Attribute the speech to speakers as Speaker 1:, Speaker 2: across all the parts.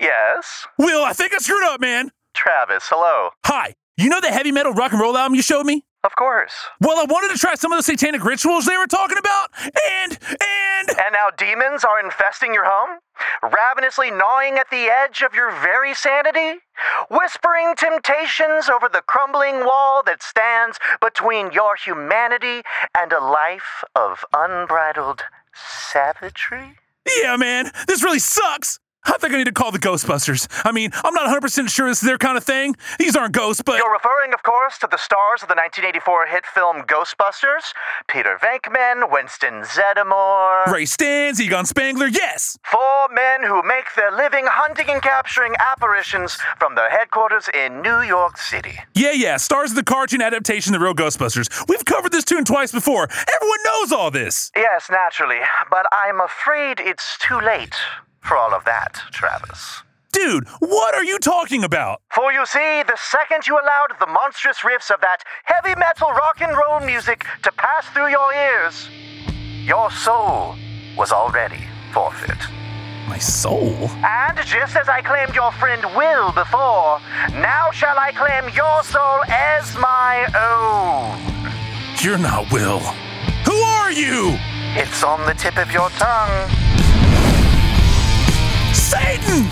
Speaker 1: Yes?
Speaker 2: Will, I think I screwed up, man.
Speaker 1: Travis, hello.
Speaker 2: Hi. You know the heavy metal rock and roll album you showed me?
Speaker 1: Of course.
Speaker 2: Well, I wanted to try some of the satanic rituals they were talking about, and, and.
Speaker 1: And now demons are infesting your home? Ravenously gnawing at the edge of your very sanity? Whispering temptations over the crumbling wall that stands between your humanity and a life of unbridled savagery?
Speaker 2: Yeah, man, this really sucks. I think I need to call the Ghostbusters. I mean, I'm not 100% sure this is their kind of thing. These aren't ghosts, but.
Speaker 1: You're referring, of course, to the stars of the 1984 hit film Ghostbusters Peter Venkman, Winston Zeddemore.
Speaker 2: Ray Stans, Egon Spangler, yes!
Speaker 1: Four men who make their living hunting and capturing apparitions from their headquarters in New York City.
Speaker 2: Yeah, yeah, stars of the cartoon adaptation, The Real Ghostbusters. We've covered this tune twice before. Everyone knows all this.
Speaker 1: Yes, naturally, but I'm afraid it's too late for all of that, Travis.
Speaker 2: Dude, what are you talking about?
Speaker 1: For you see, the second you allowed the monstrous riffs of that heavy metal rock and roll music to pass through your ears, your soul was already forfeit.
Speaker 2: My soul?
Speaker 1: And just as I claimed your friend Will before, now shall I claim your soul as my own.
Speaker 2: You're not Will. Who are you?
Speaker 1: It's on the tip of your tongue.
Speaker 2: Satan!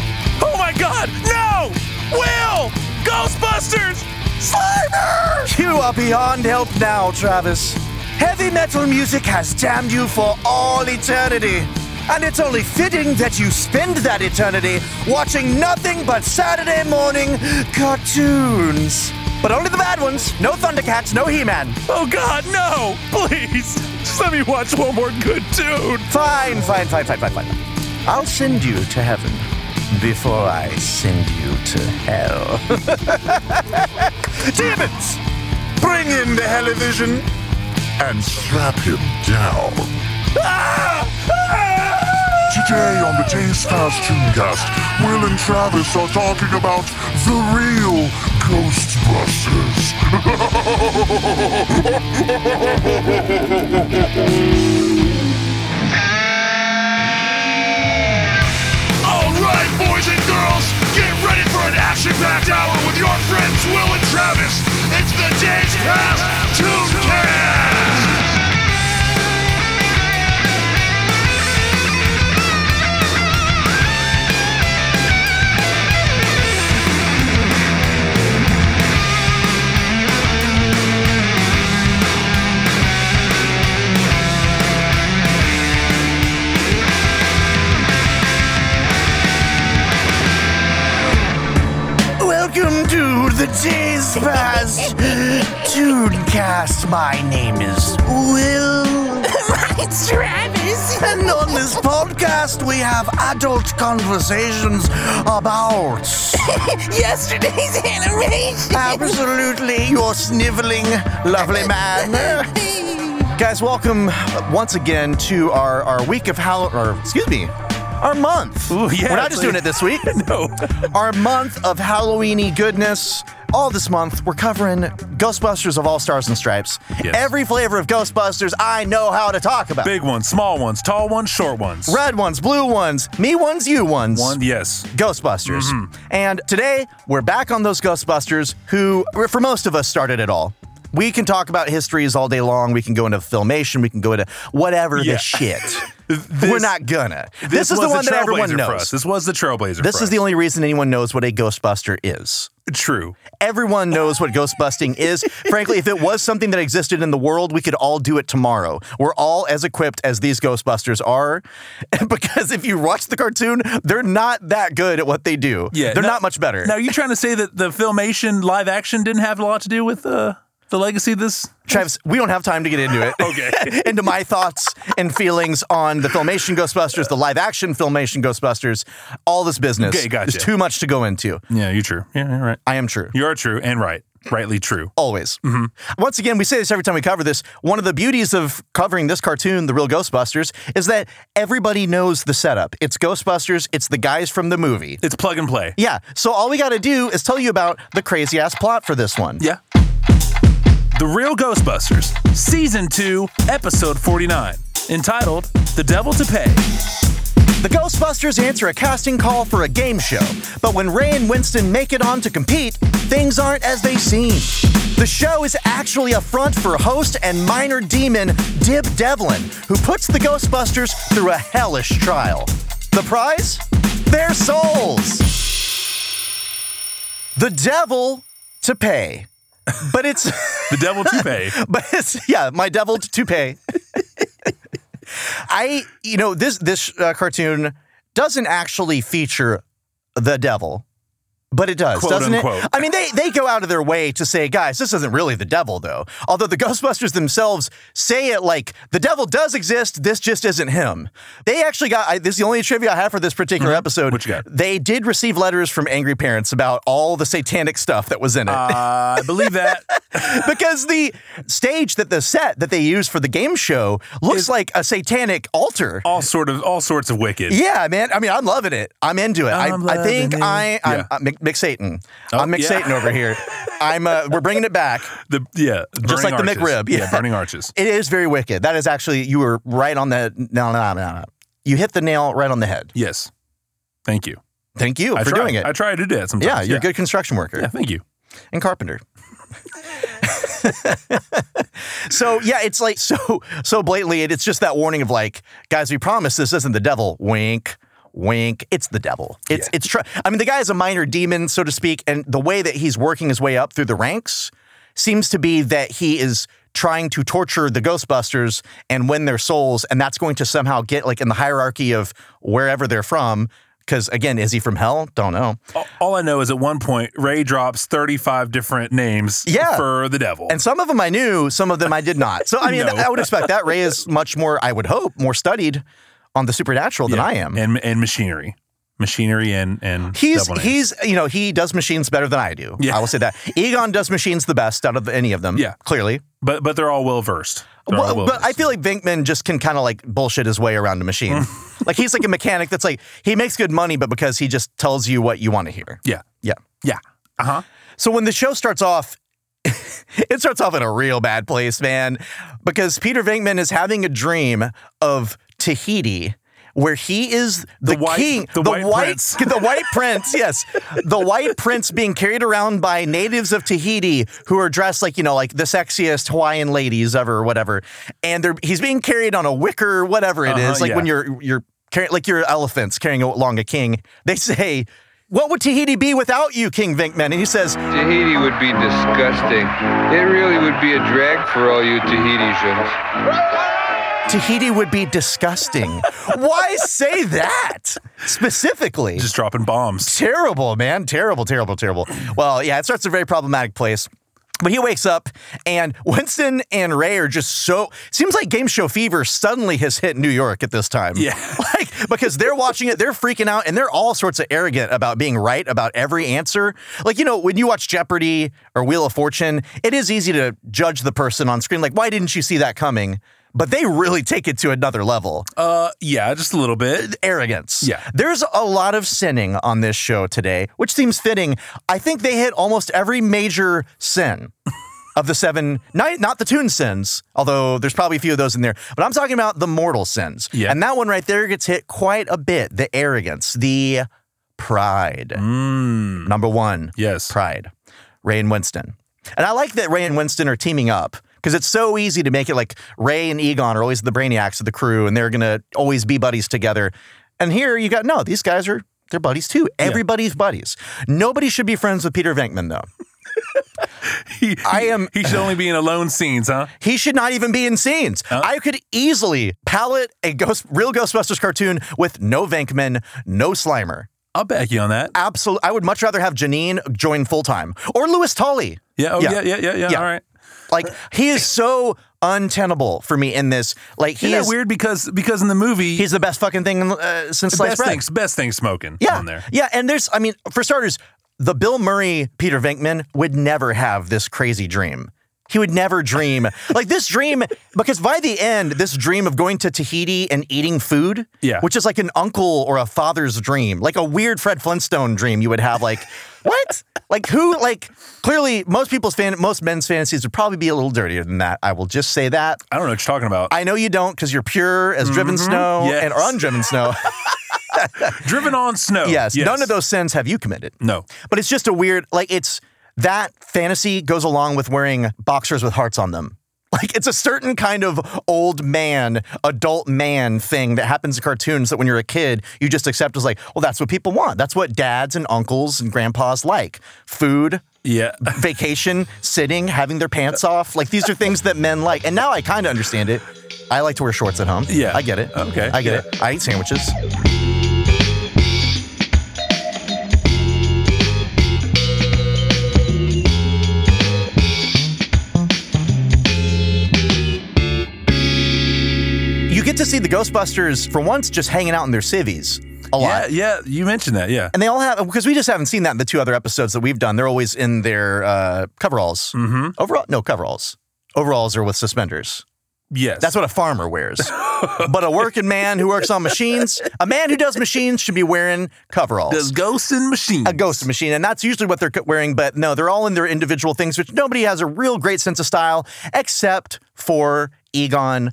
Speaker 2: Oh my god, no! Will! Ghostbusters! Slimer!
Speaker 3: You are beyond help now, Travis. Heavy metal music has damned you for all eternity. And it's only fitting that you spend that eternity watching nothing but Saturday morning cartoons. But only the bad ones. No Thundercats, no He Man.
Speaker 2: Oh god, no! Please! Just let me watch one more good tune!
Speaker 3: Fine, fine, fine, fine, fine, fine. I'll send you to heaven before I send you to hell. Demons! Bring in the Hellivision!
Speaker 4: and strap him down. Today on the Taste Fast Tooncast, Will and Travis are talking about the real Ghostbusters.
Speaker 5: All right, boys and girls, get ready for an action-packed hour with your friends Will and Travis. It's the Days Past Tooncast.
Speaker 3: Welcome to the Days Past Tunecast. My name is Will.
Speaker 6: It's Travis.
Speaker 3: And on this podcast, we have adult conversations about
Speaker 6: Yesterday's animation.
Speaker 3: absolutely your sniveling, lovely man. Guys, welcome once again to our, our week of Halloween, or excuse me, our month.
Speaker 2: Ooh, yeah,
Speaker 3: We're not
Speaker 2: it's
Speaker 3: just
Speaker 2: like-
Speaker 3: doing it this week.
Speaker 2: No.
Speaker 3: our month of Halloweeny goodness. All this month, we're covering Ghostbusters of all stars and stripes.
Speaker 2: Yes.
Speaker 3: Every flavor of Ghostbusters I know how to talk about.
Speaker 2: Big ones, small ones, tall ones, short ones.
Speaker 3: Red ones, blue ones, me ones, you ones.
Speaker 2: One, Mm-hmm. yes.
Speaker 3: Ghostbusters. And today, we're back on those Ghostbusters who, for most of us, started it all. We can talk about histories all day long. We can go into filmation. We can go into whatever
Speaker 2: Yeah.
Speaker 3: the shit.
Speaker 2: This-
Speaker 3: we're not gonna. This, is
Speaker 2: was
Speaker 3: the one that everyone
Speaker 2: trailblazer
Speaker 3: knows.
Speaker 2: For us. This was the trailblazer.
Speaker 3: This
Speaker 2: for
Speaker 3: is the
Speaker 2: us.
Speaker 3: only reason anyone knows what a Ghostbuster is.
Speaker 2: true.
Speaker 3: Everyone knows what ghostbusting is. Frankly, if it was something that existed in the world, we could all do it tomorrow. We're all as equipped as these ghostbusters are because if you watch the cartoon, they're not that good at what they do.
Speaker 2: Yeah,
Speaker 3: they're
Speaker 2: no-
Speaker 3: not much better.
Speaker 2: Now, are you trying to say that the filmation live action didn't have a lot to do with uh, the legacy of this?
Speaker 3: Travis, we don't have time to get into it.
Speaker 2: Okay.
Speaker 3: into my thoughts and feelings on the filmation Ghostbusters, the live action filmation Ghostbusters, all this business.
Speaker 2: Okay, gotcha.
Speaker 3: There's too much to go into.
Speaker 2: Yeah, you're true. Yeah, you're right.
Speaker 3: I am true.
Speaker 2: You are true and right. Rightly true.
Speaker 3: always. Once again, we say this every time we cover this. One of the beauties of covering this cartoon, The Real Ghostbusters, is that everybody knows the setup. It's Ghostbusters, it's the guys from the movie.
Speaker 2: It's plug and play.
Speaker 3: Yeah, so all we got to do is tell you about the crazy ass plot for this one.
Speaker 2: Yeah. The Real Ghostbusters, Season 2, Episode 49, entitled The Devil to Pay.
Speaker 3: The Ghostbusters answer a casting call for a game show, but when Ray and Winston make it on to compete, things aren't as they seem. The show is actually a front for host and minor demon Dib Devlin, who puts the Ghostbusters through a hellish trial. The prize? Their souls! The devil to pay. But it's.
Speaker 2: The devil to pay.
Speaker 3: but it's, yeah, my devil t- toupee. I, you know, this this uh, cartoon doesn't actually feature the devil, but it does,
Speaker 2: Quote,
Speaker 3: doesn't
Speaker 2: unquote.
Speaker 3: it? I mean, they they go out of their way to say, guys, this isn't really the devil, though. Although the Ghostbusters themselves say it like the devil does exist, this just isn't him. They actually got I, this is the only trivia I have for this particular episode.
Speaker 2: What Mm-hmm. you got?
Speaker 3: They did receive letters from angry parents about all the satanic stuff that was in it.
Speaker 2: Uh, I believe that.
Speaker 3: because the stage that the set that they use for the game show looks like a satanic altar.
Speaker 2: All sort of, all sorts of wicked.
Speaker 3: Yeah, man. I mean, I'm loving it. I'm into it. i
Speaker 2: I'm
Speaker 3: I
Speaker 2: loving
Speaker 3: think
Speaker 2: it.
Speaker 3: I, I'm,
Speaker 2: Yeah. Oh,
Speaker 3: I'm Mc- McSatan. I'm
Speaker 2: yeah.
Speaker 3: McSatan over here. I'm. Uh, we're bringing it back.
Speaker 2: The yeah, burning
Speaker 3: Just like the
Speaker 2: arches.
Speaker 3: McRib,
Speaker 2: Yeah.
Speaker 3: yeah.
Speaker 2: burning arches.
Speaker 3: It is very wicked. That is actually you were right on the no no no no. You hit the nail right on the head.
Speaker 2: Yes, thank you
Speaker 3: Thank you
Speaker 2: I
Speaker 3: for
Speaker 2: try.
Speaker 3: doing it.
Speaker 2: I try to do that sometimes.
Speaker 3: yeah, you're a good construction worker.
Speaker 2: Yeah, thank you.
Speaker 3: and carpenter. so yeah, it's like so so blatantly, and it's just that warning of like, guys, we promise this isn't the devil. Wink, wink. It's the devil. It's it's. Tr- I mean, the guy is a minor demon, so to speak, and the way that he's working his way up through the ranks seems to be that he is trying to torture the Ghostbusters and win their souls, and that's going to somehow get like in the hierarchy of wherever they're from. Because again, is he from hell? Don't know.
Speaker 2: All, all I know is at one point Ray drops 35 different names.
Speaker 3: Yeah.
Speaker 2: for the devil.
Speaker 3: And some of them I knew, some of them I did not. So I mean,
Speaker 2: No.
Speaker 3: I would expect that Ray is much more, I would hope, more studied on the supernatural than
Speaker 2: Yeah,
Speaker 3: I am.
Speaker 2: and and machinery, machinery, and and
Speaker 3: He's
Speaker 2: devil names.
Speaker 3: he's you know he does machines better than I do.
Speaker 2: Yeah.
Speaker 3: I will say that Egon does machines the best out of any of them.
Speaker 2: Yeah.
Speaker 3: clearly.
Speaker 2: but but they're all well versed.
Speaker 3: Well, but I feel like Vinkman just can kind of like bullshit his way around a machine. like he's like a mechanic that's like he makes good money, but because he just tells you what you want to hear.
Speaker 2: yeah,
Speaker 3: Yeah.
Speaker 2: yeah, uh huh.
Speaker 3: So when the show starts off, it starts off in a real bad place, man, because Peter Venkman is having a dream of Tahiti. Where he is the,
Speaker 2: white-
Speaker 3: king,
Speaker 2: the white prince.
Speaker 3: the white prince, yes, the white prince being carried around by natives of Tahiti who are dressed like you know, like the sexiest Hawaiian ladies ever, or whatever, and they're he's being carried on a wicker, whatever it is,
Speaker 2: Uh-huh,
Speaker 3: like
Speaker 2: yeah.
Speaker 3: when you're you're carrying like your elephants carrying along a king. They say, "What would Tahiti be without you, King Vinkman?" And he says,
Speaker 7: Tahiti would be disgusting. It really would be a drag for all you Tahitians.
Speaker 3: Tahiti would be disgusting. Why say that specifically?
Speaker 2: Just dropping bombs.
Speaker 3: terrible, man. Terrible, terrible, terrible. Well, yeah, it starts a very problematic place. But he wakes up, and Winston and Ray are just so. Seems like game show fever suddenly has hit New York at this time.
Speaker 2: Yeah.
Speaker 3: Like, because they're watching it, they're freaking out, and they're all sorts of arrogant about being right about every answer. Like, you know, when you watch Jeopardy or Wheel of Fortune, it is easy to judge the person on screen. Like, why didn't you see that coming? But they really take it to another level
Speaker 2: Uh, yeah, just a little bit.
Speaker 3: arrogance.
Speaker 2: Yeah.
Speaker 3: There's a lot of sinning on this show today, which seems fitting. I think they hit almost every major sin of the seven, not, not the tune sins, although there's probably a few of those in there, but I'm talking about the mortal sins.
Speaker 2: Yeah.
Speaker 3: And that one right there gets hit quite a bit the arrogance, the pride.
Speaker 2: Mm,
Speaker 3: Number one,
Speaker 2: yes,
Speaker 3: pride. Ray and Winston. And I like that Ray and Winston are teaming up because it's so easy to make it like Ray and Egon are always the brainiacs of the crew and they're going to always be buddies together. And here you got, no, these guys are, they're buddies too. Everybody's buddies. Nobody should be friends with Peter Venkman though.
Speaker 2: He-
Speaker 3: I am-
Speaker 2: He should only be in alone scenes, huh?
Speaker 3: He should not even be in scenes. I could easily palette a ghost, real Ghostbusters cartoon with no Venkman, no Slimer.
Speaker 2: I'll back you on that.
Speaker 3: Absolutely. I would much rather have Janine join full time or Lewis Tully.
Speaker 2: Yeah, oh,
Speaker 3: Yeah.
Speaker 2: yeah, yeah, yeah, yeah.
Speaker 3: Yeah.
Speaker 2: All right.
Speaker 3: Like he is so untenable for me in this. Like he
Speaker 2: Isn't
Speaker 3: is
Speaker 2: that weird? Because because in the movie,
Speaker 3: He's the best fucking thing uh, since sliced
Speaker 2: best
Speaker 3: bread.
Speaker 2: thing, best thing smoking
Speaker 3: Yeah,
Speaker 2: on there.
Speaker 3: yeah. And there's, I mean, for starters, the Bill Murray Peter Venkman would never have this crazy dream. he would never dream. Like this dream, because by the end, this dream of going to Tahiti and eating food,
Speaker 2: Yeah.
Speaker 3: which is like an uncle or a father's dream, like a weird Fred Flintstone dream you would have. Like, what? Like who? Like clearly, most people's fan, most men's fantasies would probably be a little dirtier than that. I will just say that.
Speaker 2: I don't know what you're talking about.
Speaker 3: I know you don't because you're pure as driven snow
Speaker 2: Mm-hmm. Yes.
Speaker 3: and or undriven snow.
Speaker 2: Driven on snow.
Speaker 3: yes, none of those sins have you committed.
Speaker 2: No.
Speaker 3: But it's just a weird, like it's that fantasy goes along with wearing boxers with hearts on them. Like it's a certain kind of old man, adult man thing that happens in cartoons that when you're a kid, you just accept as like, well, that's what people want. That's what dads and uncles and grandpas like. Food,
Speaker 2: Yeah.
Speaker 3: vacation, sitting, having their pants off. Like these are things that men like. And now I kind of understand it. I like to wear shorts at home.
Speaker 2: Yeah.
Speaker 3: I get it.
Speaker 2: Okay,
Speaker 3: I get
Speaker 2: yeah.
Speaker 3: it. I eat sandwiches. You get to see the Ghostbusters for once just hanging out in their civvies a lot.
Speaker 2: Yeah, yeah, you mentioned that. Yeah.
Speaker 3: And they all have because we just haven't seen that in the two other episodes that we've done. They're always in their uh, coveralls.
Speaker 2: Mm.
Speaker 3: Mm-hmm. Overall, no coveralls. Overalls are with suspenders.
Speaker 2: Yes.
Speaker 3: That's what a farmer wears. but a working man who works on machines, a man who does machines, should be wearing coveralls.
Speaker 2: does ghosts and machines.
Speaker 3: a ghost machine, and that's usually what they're co- wearing. But no, they're all in their individual things, which nobody has a real great sense of style except for Egon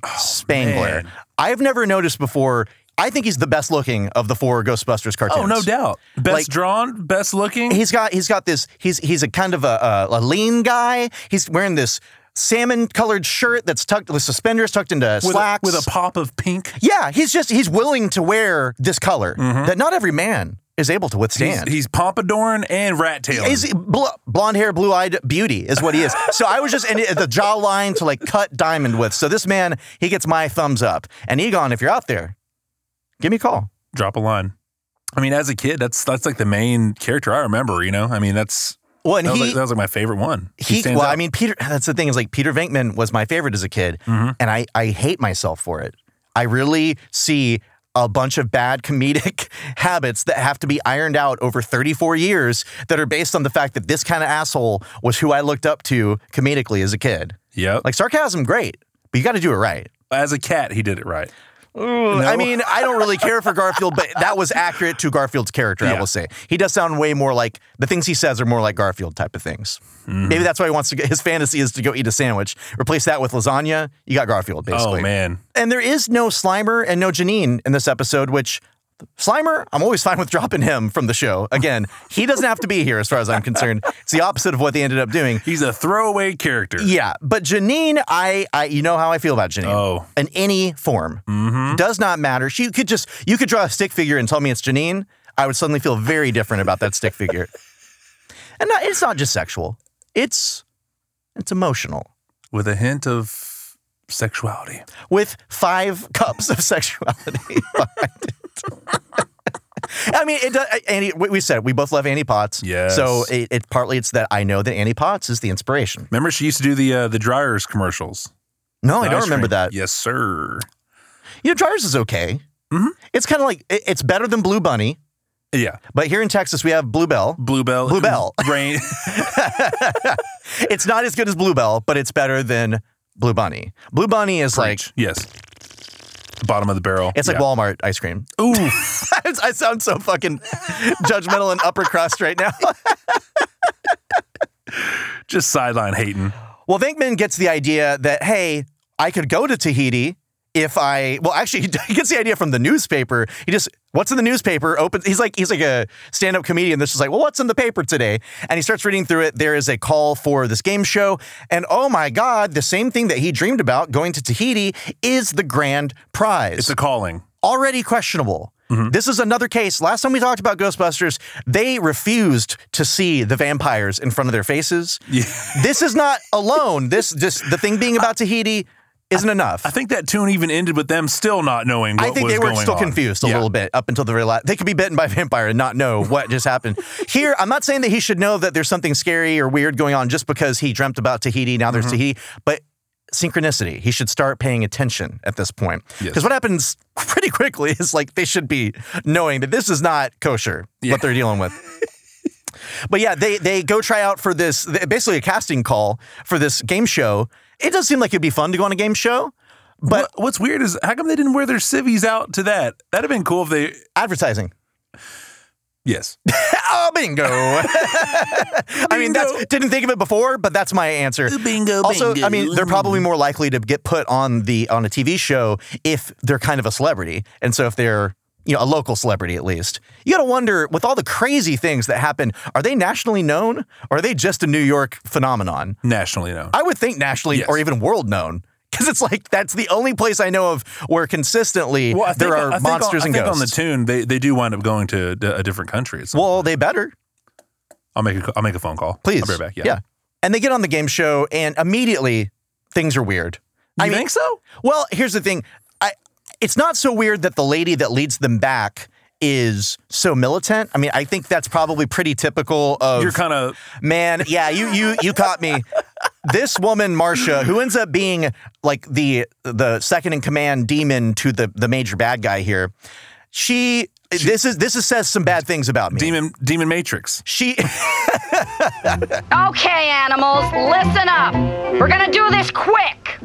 Speaker 2: Oh,
Speaker 3: Spangler.
Speaker 2: man.
Speaker 3: I've never noticed before. I think he's the best looking of the four Ghostbusters cartoons.
Speaker 2: Oh, no doubt. Best
Speaker 3: Like-
Speaker 2: drawn, best looking.
Speaker 3: he's got he's got this he's he's a kind of a, a, a lean guy. He's wearing this salmon colored shirt that's tucked with suspenders tucked into
Speaker 2: with, a,
Speaker 3: slacks.
Speaker 2: with a pop of pink.
Speaker 3: yeah, he's just he's willing to wear this color that not every man is able to
Speaker 2: Mm-hmm. He's,
Speaker 3: withstand.
Speaker 2: he's pompadouring and rat tailing.
Speaker 3: He's bl- blonde hair, blue eyed beauty is what he is. So I was just and it- the jawline to like cut diamond with. So this man, he gets my thumbs up. And Egon, if you're out there, give me a call.
Speaker 2: Drop a line. I mean, as a kid, that's that's like the main character I remember. You know, I mean, that's
Speaker 3: Well, and
Speaker 2: that, was
Speaker 3: he,
Speaker 2: like, that was like my favorite one.
Speaker 3: he,
Speaker 2: stands
Speaker 3: well, I
Speaker 2: out.
Speaker 3: mean, Peter, that's the thing is like Peter Venkman was my favorite as a kid,
Speaker 2: Mm-hmm.
Speaker 3: and I, I hate myself for it. I really see a bunch of bad comedic habits that have to be ironed out over 34 years that are based on the fact that this kind of asshole was who I looked up to comedically as a kid.
Speaker 2: yep.
Speaker 3: Like sarcasm, great, but you got to do it right.
Speaker 2: as a cat, he did it right.
Speaker 3: I mean, I don't really care for Garfield, but that was accurate to Garfield's character, I
Speaker 2: Yeah.
Speaker 3: will say. He does sound way more like the things he says are more like Garfield type of things.
Speaker 2: Mm.
Speaker 3: Maybe that's why he wants to get his fantasy is to go eat a sandwich. Replace that with lasagna, you got Garfield basically.
Speaker 2: Oh man,
Speaker 3: And there is no Slimer and no Janine in this episode, which Slimer, I'm always fine with dropping him from the show. Again, he doesn't have to be here as far as I'm concerned. It's the opposite of what they ended up doing.
Speaker 2: he's a throwaway character.
Speaker 3: Yeah, but Janine, I, I, you know how I feel about Janine.
Speaker 2: Oh.
Speaker 3: in any form,
Speaker 2: Mm-hmm.
Speaker 3: does not matter. She could just, you could draw a stick figure and tell me it's Janine. I would suddenly feel very different about that stick figure. And not, it's not just sexual. It's, it's emotional
Speaker 2: with a hint of sexuality.
Speaker 3: with five cups of sexuality behind it. I mean, it does. Annie, we we said it, we both love Annie Potts.
Speaker 2: Yes.
Speaker 3: So it, it partly it's that I know that Annie Potts is the inspiration.
Speaker 2: Remember, she used to do the uh, the dryers commercials.
Speaker 3: No, Oh, I
Speaker 2: The
Speaker 3: don't
Speaker 2: ice
Speaker 3: remember
Speaker 2: cream.
Speaker 3: that.
Speaker 2: Yes, sir.
Speaker 3: You know, Dryers is okay. It's kind of like it- it's better than Blue Bunny,
Speaker 2: Yeah,
Speaker 3: but here in Texas we have Bluebell.
Speaker 2: Bluebell.
Speaker 3: Bluebell.
Speaker 2: Rain.
Speaker 3: It's not as good as Bluebell, but it's better than Blue Bunny. Blue Bunny is like
Speaker 2: yes. Bottom of the barrel.
Speaker 3: it's like
Speaker 2: yeah.
Speaker 3: Walmart ice cream. I sound so fucking judgmental and upper crust right now.
Speaker 2: Just sideline hating.
Speaker 3: Well, Venkman gets the idea that, hey, I could go to Tahiti if I, well, actually, he gets the idea from the newspaper. He just, what's in the newspaper? Opens, he's like, he's like a stand up comedian. This is like, well, what's in the paper today? And he starts reading through it. There is a call for this game show. And oh my God, the same thing that he dreamed about going to Tahiti is the grand prize
Speaker 2: It's a calling.
Speaker 3: already questionable.
Speaker 2: Mm-hmm.
Speaker 3: This is another case. Last time we talked about Ghostbusters, they refused to see the vampires in front of their faces. This is not alone. This just the thing being about Tahiti isn't enough.
Speaker 2: I think that tune even ended with them still not knowing what
Speaker 3: I think
Speaker 2: was
Speaker 3: they were
Speaker 2: going
Speaker 3: still
Speaker 2: on.
Speaker 3: confused a
Speaker 2: Yeah.
Speaker 3: little bit up until the realize they could be bitten by a vampire and not know what just happened. Here, I'm not saying that he should know that there's something scary or weird going on just because he dreamt about Tahiti. Now there's
Speaker 2: Mm-hmm.
Speaker 3: Tahiti, but synchronicity. He should start paying attention at this point because
Speaker 2: Yes.
Speaker 3: what happens pretty quickly is like they should be knowing that this is not kosher what they're dealing with. But yeah, they they go try out for this basically a casting call for this game show. It does seem like it'd be fun to go on a game show, but
Speaker 2: What- what's weird is how come they didn't wear their civvies out to that? That'd have been cool if they.
Speaker 3: advertising.
Speaker 2: Yes.
Speaker 3: Oh, bingo! I mean, that's
Speaker 2: Bingo.
Speaker 3: didn't think of it before, but that's my answer.
Speaker 2: Bingo,
Speaker 3: Also, I
Speaker 2: bingo.
Speaker 3: mean, they're probably more likely to get put on the on a TV show if they're kind of a celebrity, and so if they're you know a local celebrity at least. You got to wonder with all the crazy things that happen, are they nationally known or are they just a New York phenomenon?
Speaker 2: Nationally known.
Speaker 3: I would think nationally
Speaker 2: Yes.
Speaker 3: or even world known. Because it's like that's the only place I know of where consistently
Speaker 2: Well, I
Speaker 3: there
Speaker 2: think-
Speaker 3: are
Speaker 2: I think on-
Speaker 3: monsters
Speaker 2: I
Speaker 3: and
Speaker 2: think
Speaker 3: ghosts.
Speaker 2: on the tune, they, they do wind up going to d- a different country. It's,
Speaker 3: well, they better.
Speaker 2: I'll make a c- I'll make a phone call.
Speaker 3: Please.
Speaker 2: I'll be right back. Yeah.
Speaker 3: And they get on the game show, and immediately things are weird.
Speaker 2: You
Speaker 3: I mean-
Speaker 2: think so?
Speaker 3: Well, here's the thing. I it's not so weird that the lady that leads them back is so militant. I mean, I think that's probably pretty typical of
Speaker 2: You're kind of
Speaker 3: man. Yeah, you you you caught me. This woman, Marcia, who ends up being like the the second in command demon to the the major bad guy here, she, this is this is says some bad things about me.
Speaker 2: demon demon matrix.
Speaker 3: She
Speaker 8: Okay, animals, listen up. We're gonna do this quick.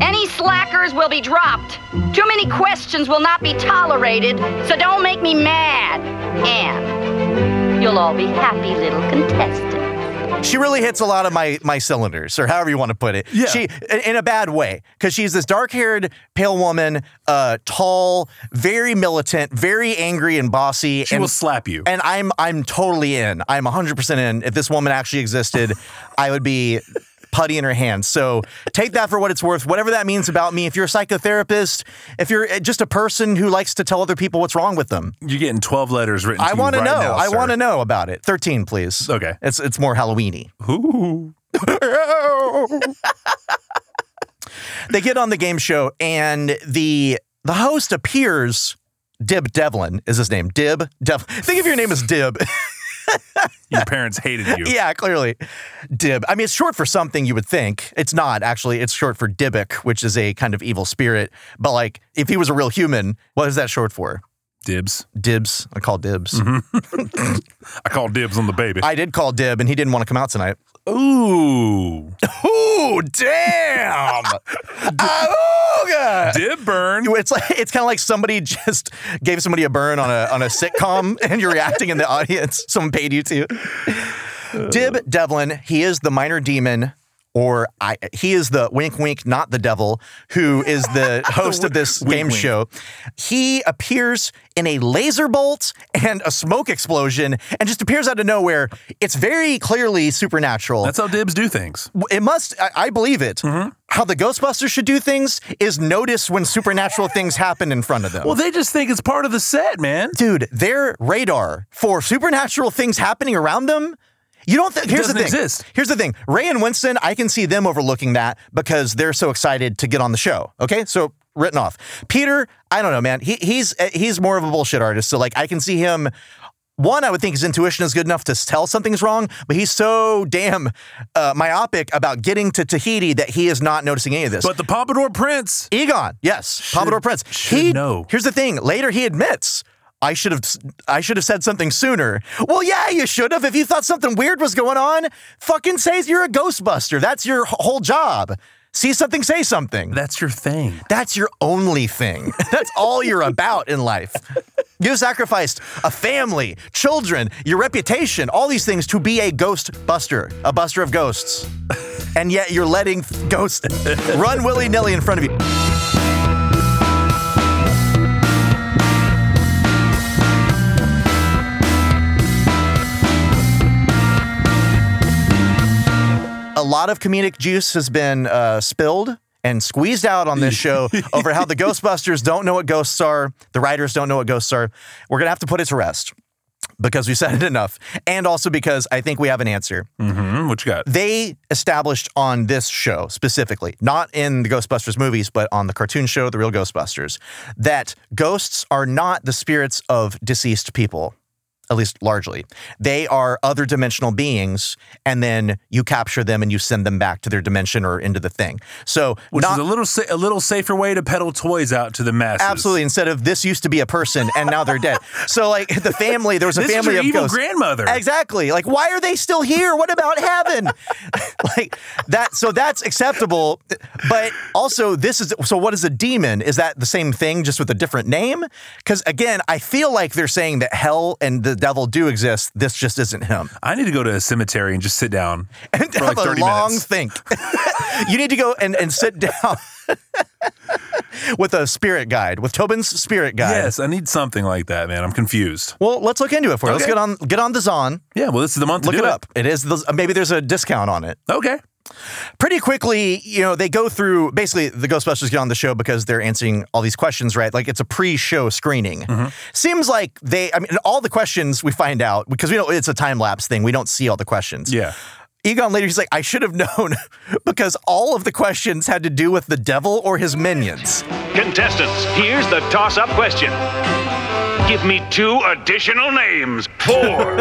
Speaker 8: Any slackers will be dropped. Too many questions will not be tolerated, so don't make me mad. And you'll all be happy little contestants.
Speaker 3: she really hits a lot of my my cylinders, or however you want to put it.
Speaker 2: Yeah.
Speaker 3: She in- in a bad way because she's this dark haired, pale woman, uh, tall, very militant, very angry and bossy.
Speaker 2: She
Speaker 3: and
Speaker 2: will slap you.
Speaker 3: and I'm I'm totally in. I'm 100% in. If this woman actually existed, I would be putty in her hands. So take that for what it's worth, whatever that means about me. If you're a psychotherapist, if you're uh, just a person who likes to tell other people what's wrong with them,
Speaker 2: You're getting 12 letters written.
Speaker 3: I want to know. I want to
Speaker 2: to.
Speaker 3: know about it. 13, please.
Speaker 2: Okay.
Speaker 3: It's it's more Halloweeny.
Speaker 2: Ooh.
Speaker 3: they get on the game show and the the host appears Dib Devlin is his name. Dib Devlin. Think of your name as Dib.
Speaker 2: Your parents hated you.
Speaker 3: yeah, clearly. Dib. I mean, it's short for something you would think. It's not, actually. It's short for Dybbuk, which is a kind of evil spirit. But like, if he was a real human, what is that short for?
Speaker 2: Dibs.
Speaker 3: Dibs. I call dibs.
Speaker 2: I called dibs on the baby.
Speaker 3: I did call Dib and he didn't want to come out tonight.
Speaker 2: Ooh.
Speaker 3: Ooh, damn. Ooga.
Speaker 2: Dib burn.
Speaker 3: It's like it's kind of like somebody just gave somebody a burn on a on a sitcom, and you're reacting in the audience. Someone paid you to. Dib Devlin, he is the minor demon, or I, he is the wink wink, not the devil, who is the host of this
Speaker 2: wink
Speaker 3: game
Speaker 2: wink.
Speaker 3: show. He appears in a laser bolt and a smoke explosion, and just appears out of nowhere. It's very clearly supernatural
Speaker 2: That's how dibs do things.
Speaker 3: it must i, I believe it how the ghostbusters should do things is notice when supernatural things happen in front of them
Speaker 2: Well, they just think it's part of the set, man.
Speaker 3: dude their radar for supernatural things happening around them you don't think here's the
Speaker 2: doesn't
Speaker 3: thing
Speaker 2: exist.
Speaker 3: here's the thing ray and winston i can see them overlooking that because they're so excited to get on the show okay so written off peter i don't know man he, he's uh, he's more of a bullshit artist so like i can see him one, I would think his intuition is good enough to tell something's wrong, but he's so damn uh, myopic about getting to Tahiti that he is not noticing any of this.
Speaker 2: But the Pompadour Prince.
Speaker 3: Egon, yes, Commodore Prince.
Speaker 2: should
Speaker 3: he
Speaker 2: know.
Speaker 3: Here's the thing. Later, he admits. I should have I should have said something sooner. Well, yeah, you should have. If you thought something weird was going on, fucking say you're a ghostbuster. That's your wh- whole job. See something, say something.
Speaker 2: That's your thing.
Speaker 3: That's your only thing. That's all you're about in life. You sacrificed a family, children, your reputation, all these things to be a ghost buster, a buster of ghosts. And yet you're letting ghosts run willy nilly in front of you. a lot of comedic juice has been uh, spilled and squeezed out on this show over how the Ghostbusters don't know what ghosts are, the writers don't know what ghosts are. We're going to have to put it to rest because we said it enough. And also because I think we have an answer.
Speaker 2: Mm, what you got?
Speaker 3: They established on this show specifically, not in the Ghostbusters movies, but on the cartoon show, The Real Ghostbusters, that ghosts are not the spirits of deceased people. at least largely. They are other dimensional beings, and then you capture them and you send them back to their dimension or into the thing. So,
Speaker 2: Which
Speaker 3: not
Speaker 2: is a little sa- a little safer way to peddle toys out to the masses.
Speaker 3: absolutely instead of this used to be a person and now they're dead. So, like the family, there was a
Speaker 2: This is
Speaker 3: family
Speaker 2: your
Speaker 3: of
Speaker 2: evil
Speaker 3: ghosts.
Speaker 2: grandmother.
Speaker 3: Exactly. Like, why are they still here? What about heaven? like that. So that's acceptable. But also, this is so. What is a demon? Is that the same thing, just with a different name? Because again, I feel like they're saying that hell and the devil do exist. This just isn't him.
Speaker 2: I need to go to a cemetery and just sit down
Speaker 3: And
Speaker 2: for
Speaker 3: have
Speaker 2: like
Speaker 3: a
Speaker 2: 30
Speaker 3: long
Speaker 2: minutes.
Speaker 3: think. you need to go and, and sit down with a spirit guide, with Tobin's spirit guide.
Speaker 2: Yes, I need something like that, man. I'm confused.
Speaker 3: Well, let's look into it for you. Let's
Speaker 2: Okay.
Speaker 3: get on get on the Zon.
Speaker 2: Yeah, well, this is the month
Speaker 3: Look
Speaker 2: to
Speaker 3: it
Speaker 2: do
Speaker 3: up. It is the, maybe there's a discount on it.
Speaker 2: Okay.
Speaker 3: pretty quickly, you know, they go through basically the Ghostbusters get on the show because they're answering all these questions, right? Like it's a pre-show screening. Seems like they, I mean, all the questions we find out because we know it's a time lapse thing. We don't see all the questions.
Speaker 2: Yeah.
Speaker 3: Egon later he's like, I should have known because all of the questions had to do with the devil or his minions.
Speaker 9: Contestants, here's the toss up question. Give me two additional names for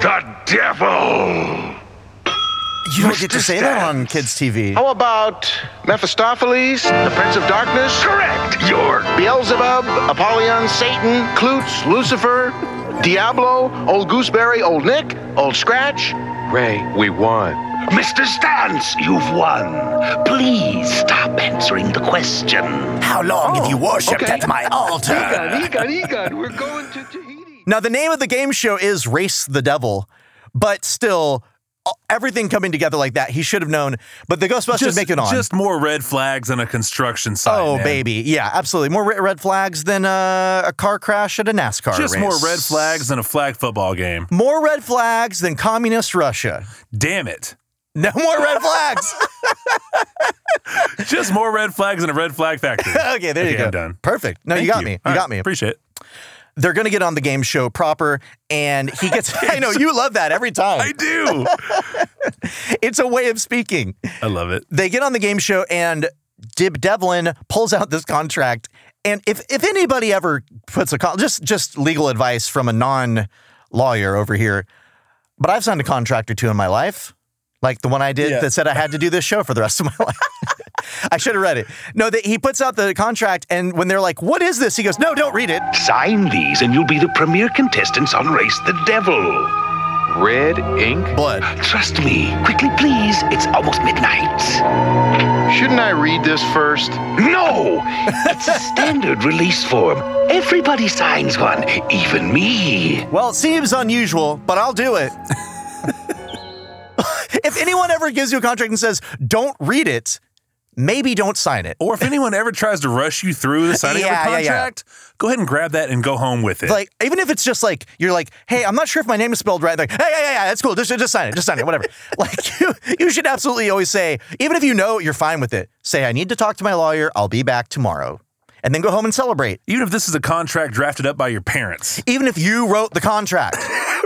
Speaker 9: the devil.
Speaker 3: You don't get to say that on kids' TV.
Speaker 1: How about Mephistopheles, the Prince of Darkness,
Speaker 9: Correct. Your
Speaker 1: Beelzebub, Apollyon, Satan, Klutz, Lucifer, Diablo, Old Gooseberry, Old Nick, Old Scratch? Ray, we won.
Speaker 9: Mr. Stance, you've won. Please stop answering the question.
Speaker 3: How long have you worshipped at my altar?
Speaker 7: Egon, Egon, Egon, we're going to Tahiti.
Speaker 3: Now, the name of the game show is Race the Devil, but still, uh, everything coming together like that, he should have known. But the Ghostbusters make it on.
Speaker 2: just more red flags than a construction site.
Speaker 3: oh,
Speaker 2: man.
Speaker 3: baby. Yeah, absolutely. More re- red flags than uh, a car crash at a NASCAR
Speaker 2: Just
Speaker 3: race.
Speaker 2: more red flags than a flag football game.
Speaker 3: More red flags than communist Russia.
Speaker 2: Damn it.
Speaker 3: No more red flags.
Speaker 2: Just more red flags than a red flag factory.
Speaker 3: okay, there you
Speaker 2: Okay,
Speaker 3: go.
Speaker 2: I'm done.
Speaker 3: Perfect. No, you
Speaker 2: Thank
Speaker 3: got me. You
Speaker 2: All right,
Speaker 3: got me.
Speaker 2: Appreciate it.
Speaker 3: They're going to get on the game show proper, and he gets. I know you love that every time.
Speaker 2: I do.
Speaker 3: It's a way of speaking.
Speaker 2: I love it.
Speaker 3: they get on the game show and Dib Devlin pulls out this contract. And if if anybody ever puts a con- just just legal advice from a non lawyer over here, but I've signed a contract or two in my life, like the one I did
Speaker 2: Yeah.
Speaker 3: that said I had to do this show for the rest of my life. I should have read it. No, that he puts out the contract, and when they're like, "What is this?" He goes, "No, don't read it."
Speaker 9: Sign these, and you'll be the premier contestants on Race the Devil.
Speaker 7: Red ink?
Speaker 3: Blood.
Speaker 9: Trust me. Quickly, please. It's almost midnight.
Speaker 1: Shouldn't I read this first?
Speaker 9: No! It's a standard release form. Everybody signs one, even me.
Speaker 3: Well, it seems unusual, but I'll do it. if anyone ever gives you a contract and says, "Don't read it," maybe don't sign it.
Speaker 2: Or if anyone ever tries to rush you through the signing
Speaker 3: Yeah,
Speaker 2: of a
Speaker 3: yeah, yeah.
Speaker 2: contract, go ahead and grab that and go home with it.
Speaker 3: like even if it's just like you're like, hey, I'm not sure if my name is spelled right. Like, hey, yeah, yeah, yeah, that's cool. Just, just sign it. Just sign it. Whatever. like you, you should absolutely always say, even if you know you're fine with it, say I need to talk to my lawyer. I'll be back tomorrow, and then go home and celebrate.
Speaker 2: Even if this is a contract drafted up by your parents.
Speaker 3: Even if you wrote the contract,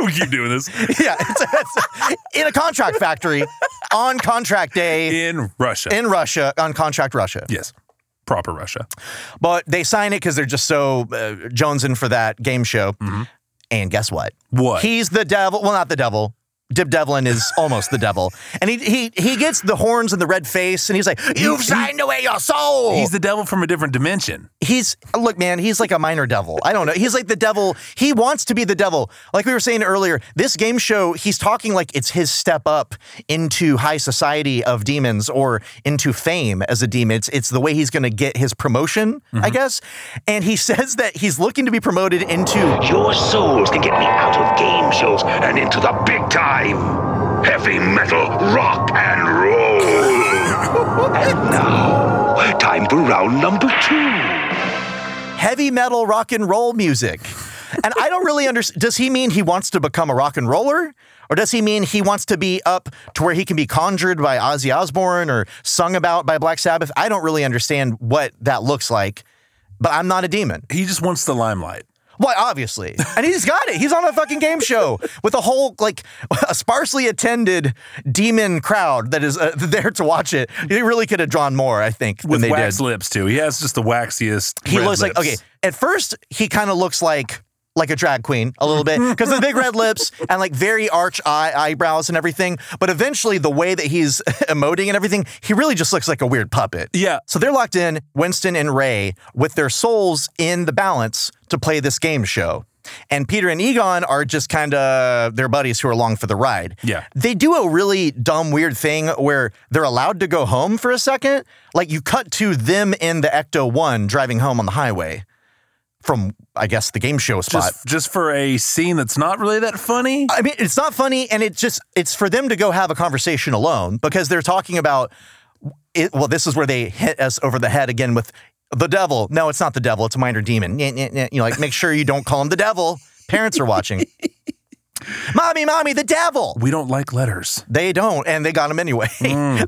Speaker 2: we keep doing this.
Speaker 3: yeah, it's, it's in a contract factory on contract day
Speaker 2: In Russia.
Speaker 3: in Russia on contract Russia.
Speaker 2: yes. Proper Russia.
Speaker 3: But they sign it because they're just so uh, jonesing for that game show. And guess what?
Speaker 2: What?
Speaker 3: He's the devil. Well, not the devil. Dib Devlin is almost the devil. And he, he he gets the horns and the red face, and he's like, You've signed away your soul.
Speaker 2: He's
Speaker 3: He's,
Speaker 2: the devil from a different dimension.
Speaker 3: look, man, he's like a minor devil. I don't know. He's like the devil. He wants to be the devil. Like we were saying earlier, this game show, he's talking like it's his step up into high society of demons or into fame as a demon. It's, it's the way he's gonna get his promotion, I guess. And he says that he's looking to be promoted into
Speaker 9: Your souls can get me out of game shows and into the big time. Heavy metal, rock, and roll. and now, time for round number two.
Speaker 3: heavy metal rock and roll music. And I don't really understand. Does he mean he wants to become a rock and roller? Or does he mean he wants to be up to where he can be conjured by Ozzy Osbourne or sung about by Black Sabbath? I don't really understand what that looks like, but I'm not a demon.
Speaker 2: He just wants the limelight.
Speaker 3: Why, obviously. And he's got it. He's on a fucking game show with a whole, like, a sparsely attended demon crowd that is uh, there to watch it. They really could have drawn more, I think, when
Speaker 2: With
Speaker 3: they
Speaker 2: wax
Speaker 3: did
Speaker 2: lips too. He has just the waxiest.
Speaker 3: he
Speaker 2: red
Speaker 3: looks like
Speaker 2: lips.
Speaker 3: okay. At first, he kind of looks like like a drag queen a little bit because the big red lips and like very arch eye, eyebrows and everything. But eventually, the way that he's emoting and everything, he really just looks like a weird puppet.
Speaker 2: Yeah.
Speaker 3: So they're locked in, Winston and Ray, with their souls in the balance to play this game show. And Peter and Egon are just kind of their buddies who are along for the ride.
Speaker 2: Yeah.
Speaker 3: They do a really dumb, weird thing where they're allowed to go home for a second. Like you cut to them in the Ecto 1 driving home on the highway from, I guess, the game show spot.
Speaker 2: Just, just for a scene that's not really that funny.
Speaker 3: I mean, it's not funny, and it just it's for them to go have a conversation alone because they're talking about. It, well, this is where they hit us over the head again with the devil. No, it's not the devil; it's a minor demon. Nyeh, nyeh, nyeh. You know, like make sure you don't call him the devil. Parents are watching. mommy, mommy, the devil.
Speaker 2: We don't like letters.
Speaker 3: They don't, and they got him anyway.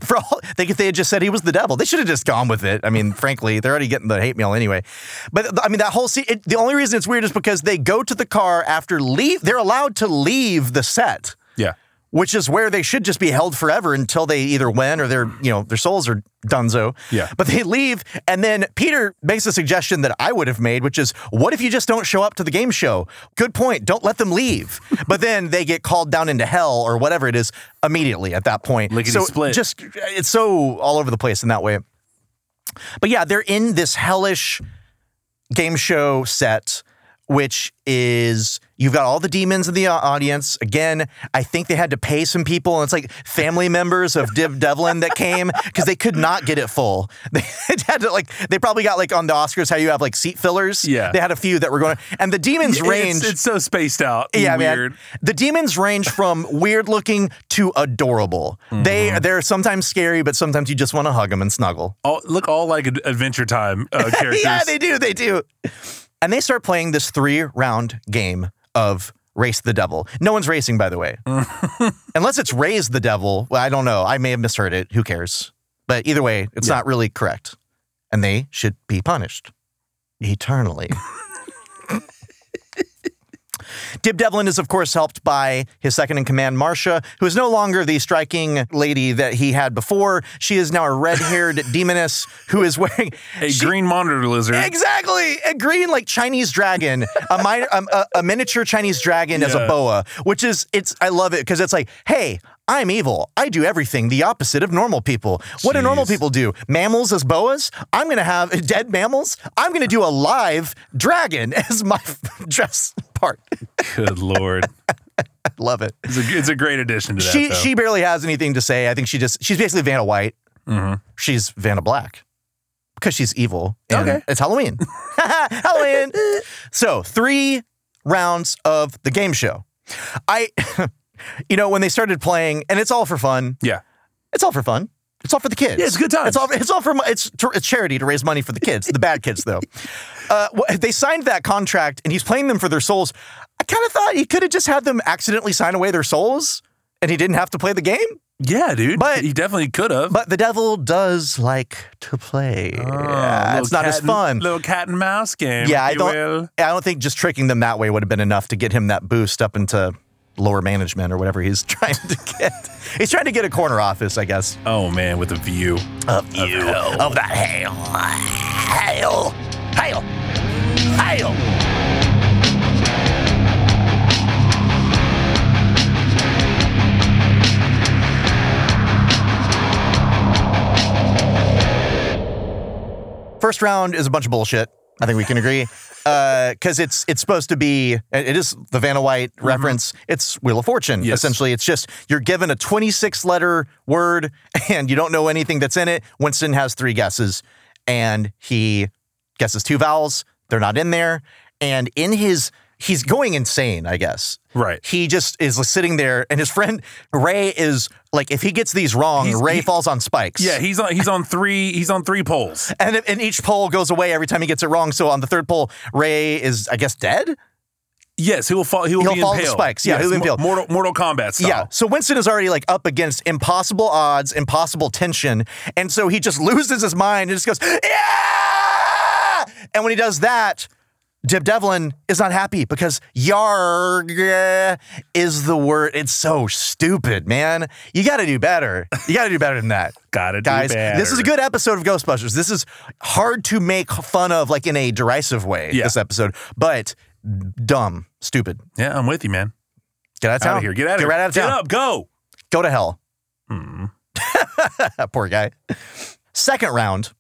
Speaker 3: For all, they, if they had just said he was the devil, they should have just gone with it. I mean, frankly, they're already getting the hate mail anyway. But th- I mean, that whole scene. It, the only reason it's weird is because they go to the car after leave. They're allowed to leave the set,
Speaker 2: Yeah.
Speaker 3: which is where they should just be held forever until they either win or their you know their souls are donezo.
Speaker 2: Yeah.
Speaker 3: But they leave, and then Peter makes a suggestion that I would have made, which is, what if you just don't show up to the game show? Good point. Don't let them leave. but then they get called down into hell or whatever it is immediately at that point.
Speaker 2: Lickety
Speaker 3: so
Speaker 2: split.
Speaker 3: just it's so all over the place in that way. But yeah, they're in this hellish game show set, which is you've got all the demons in the au- audience. Again, I think they had to pay some people, and it's like family members of Div Devlin that came because they could not get it full. They had to like they probably got like on the Oscars how you have like seat fillers.
Speaker 2: Yeah.
Speaker 3: they had a few that were going, and the demons range.
Speaker 2: It's, it's so spaced out. and
Speaker 3: man.
Speaker 2: weird.
Speaker 3: The demons range from weird looking to adorable.
Speaker 2: Mm-hmm.
Speaker 3: They they're sometimes scary, but sometimes you just want to hug them and snuggle.
Speaker 2: All, look all like Ad- Adventure Time uh, characters.
Speaker 3: Yeah, they do. They do. And they start playing this three round game of race the devil. No one's racing, by the way. Unless it's raise the devil. Well, I don't know. I may have misheard it. Who cares? But either way, it's not really correct. And they should be punished eternally. Dib Devlin is, of course, helped by his second in command, Marcia, who is no longer the striking lady that he had before. She is now a red haired demoness who is wearing
Speaker 2: a green monitor lizard.
Speaker 3: Exactly, a green like Chinese dragon, a minor, um, a, a miniature Chinese dragon as a
Speaker 2: Yeah.
Speaker 3: boa, which is it's. I love it because it's like, hey, I'm evil. I do everything the opposite of normal people. What do normal
Speaker 2: Jeez.
Speaker 3: people do? Mammals as boas. I'm gonna have dead mammals. I'm gonna do a live dragon as my dress part.
Speaker 2: Good lord,
Speaker 3: I love it.
Speaker 2: it's a, it's a great addition to that.
Speaker 3: She
Speaker 2: though.
Speaker 3: she barely has anything to say. I think she just she's basically Vanna White.
Speaker 2: Mm-hmm.
Speaker 3: She's Vanna Black because she's evil. And
Speaker 2: Okay.
Speaker 3: it's Halloween. Halloween. so three rounds of the game show. I, you know, when they started playing, and it's all for fun.
Speaker 2: yeah,
Speaker 3: It's all for fun. It's all for the kids.
Speaker 2: Yeah, it's good times.
Speaker 3: It's all. It's all for. mo- It's t- a charity to raise money for the kids, the bad kids though. Uh, wh- they signed that contract, and he's playing them for their souls. I kind of thought he could have just had them accidentally sign away their souls, and he didn't have to play the game.
Speaker 2: yeah, dude.
Speaker 3: But-
Speaker 2: he definitely could have.
Speaker 3: But the devil does like to play. Yeah, it's not as fun.
Speaker 2: Oh, Little cat and mouse game.
Speaker 3: yeah, I
Speaker 2: if you will.
Speaker 3: don't. I don't think just tricking them that way would have been enough to get him that boost up into lower management or whatever he's trying to get. he's trying to get a corner office, I guess.
Speaker 2: Oh man, with a view.
Speaker 3: of you, of the hail, hail, hail, hail. First round is a bunch of bullshit. I think we can agree, because it's it's supposed to be it is the Vanna White reference. It's Wheel of Fortune
Speaker 2: Mm-hmm. Yes.
Speaker 3: essentially. It's just you're given a 26 letter word and you don't know anything that's in it. Winston has three guesses and he guesses two vowels. They're not in there, and in his he's going insane. I guess
Speaker 2: Right.
Speaker 3: he just is sitting there, and his friend Ray is like, if he gets these wrong,
Speaker 2: He's-
Speaker 3: Ray
Speaker 2: he-
Speaker 3: falls on spikes.
Speaker 2: Yeah, he's on. He's on three. He's on three poles.
Speaker 3: And, and each poll goes away every time he gets it wrong. So on the third poll, Ray is, I guess, dead?
Speaker 2: Yes, he will fall. He will
Speaker 3: He'll
Speaker 2: be
Speaker 3: fall to
Speaker 2: impaled.
Speaker 3: spikes. Yeah,
Speaker 2: Yes,
Speaker 3: he'll be
Speaker 2: Mo-
Speaker 3: impaled.
Speaker 2: Mortal, Mortal Kombat style.
Speaker 3: Yeah. So Winston is already like up against impossible odds, impossible tension. And so he just loses his mind and just goes, yeah! And when he does that, Dib Devlin is not happy because yarg is the word. It's so stupid, man. You got to do better. You got to do better than that.
Speaker 2: Gotta do
Speaker 3: Guys, this is a
Speaker 2: better.
Speaker 3: good episode of Ghostbusters. This is hard to make fun of, like in a derisive way,
Speaker 2: Yeah.
Speaker 3: this episode, but dumb, stupid.
Speaker 2: Yeah, I'm with you, man.
Speaker 3: Get out of
Speaker 2: Outta
Speaker 3: town.
Speaker 2: here. Get outta
Speaker 3: Get
Speaker 2: here.
Speaker 3: right out of
Speaker 2: Get
Speaker 3: town.
Speaker 2: up. Go.
Speaker 3: Go to hell.
Speaker 2: Hmm.
Speaker 3: Poor guy. Second round,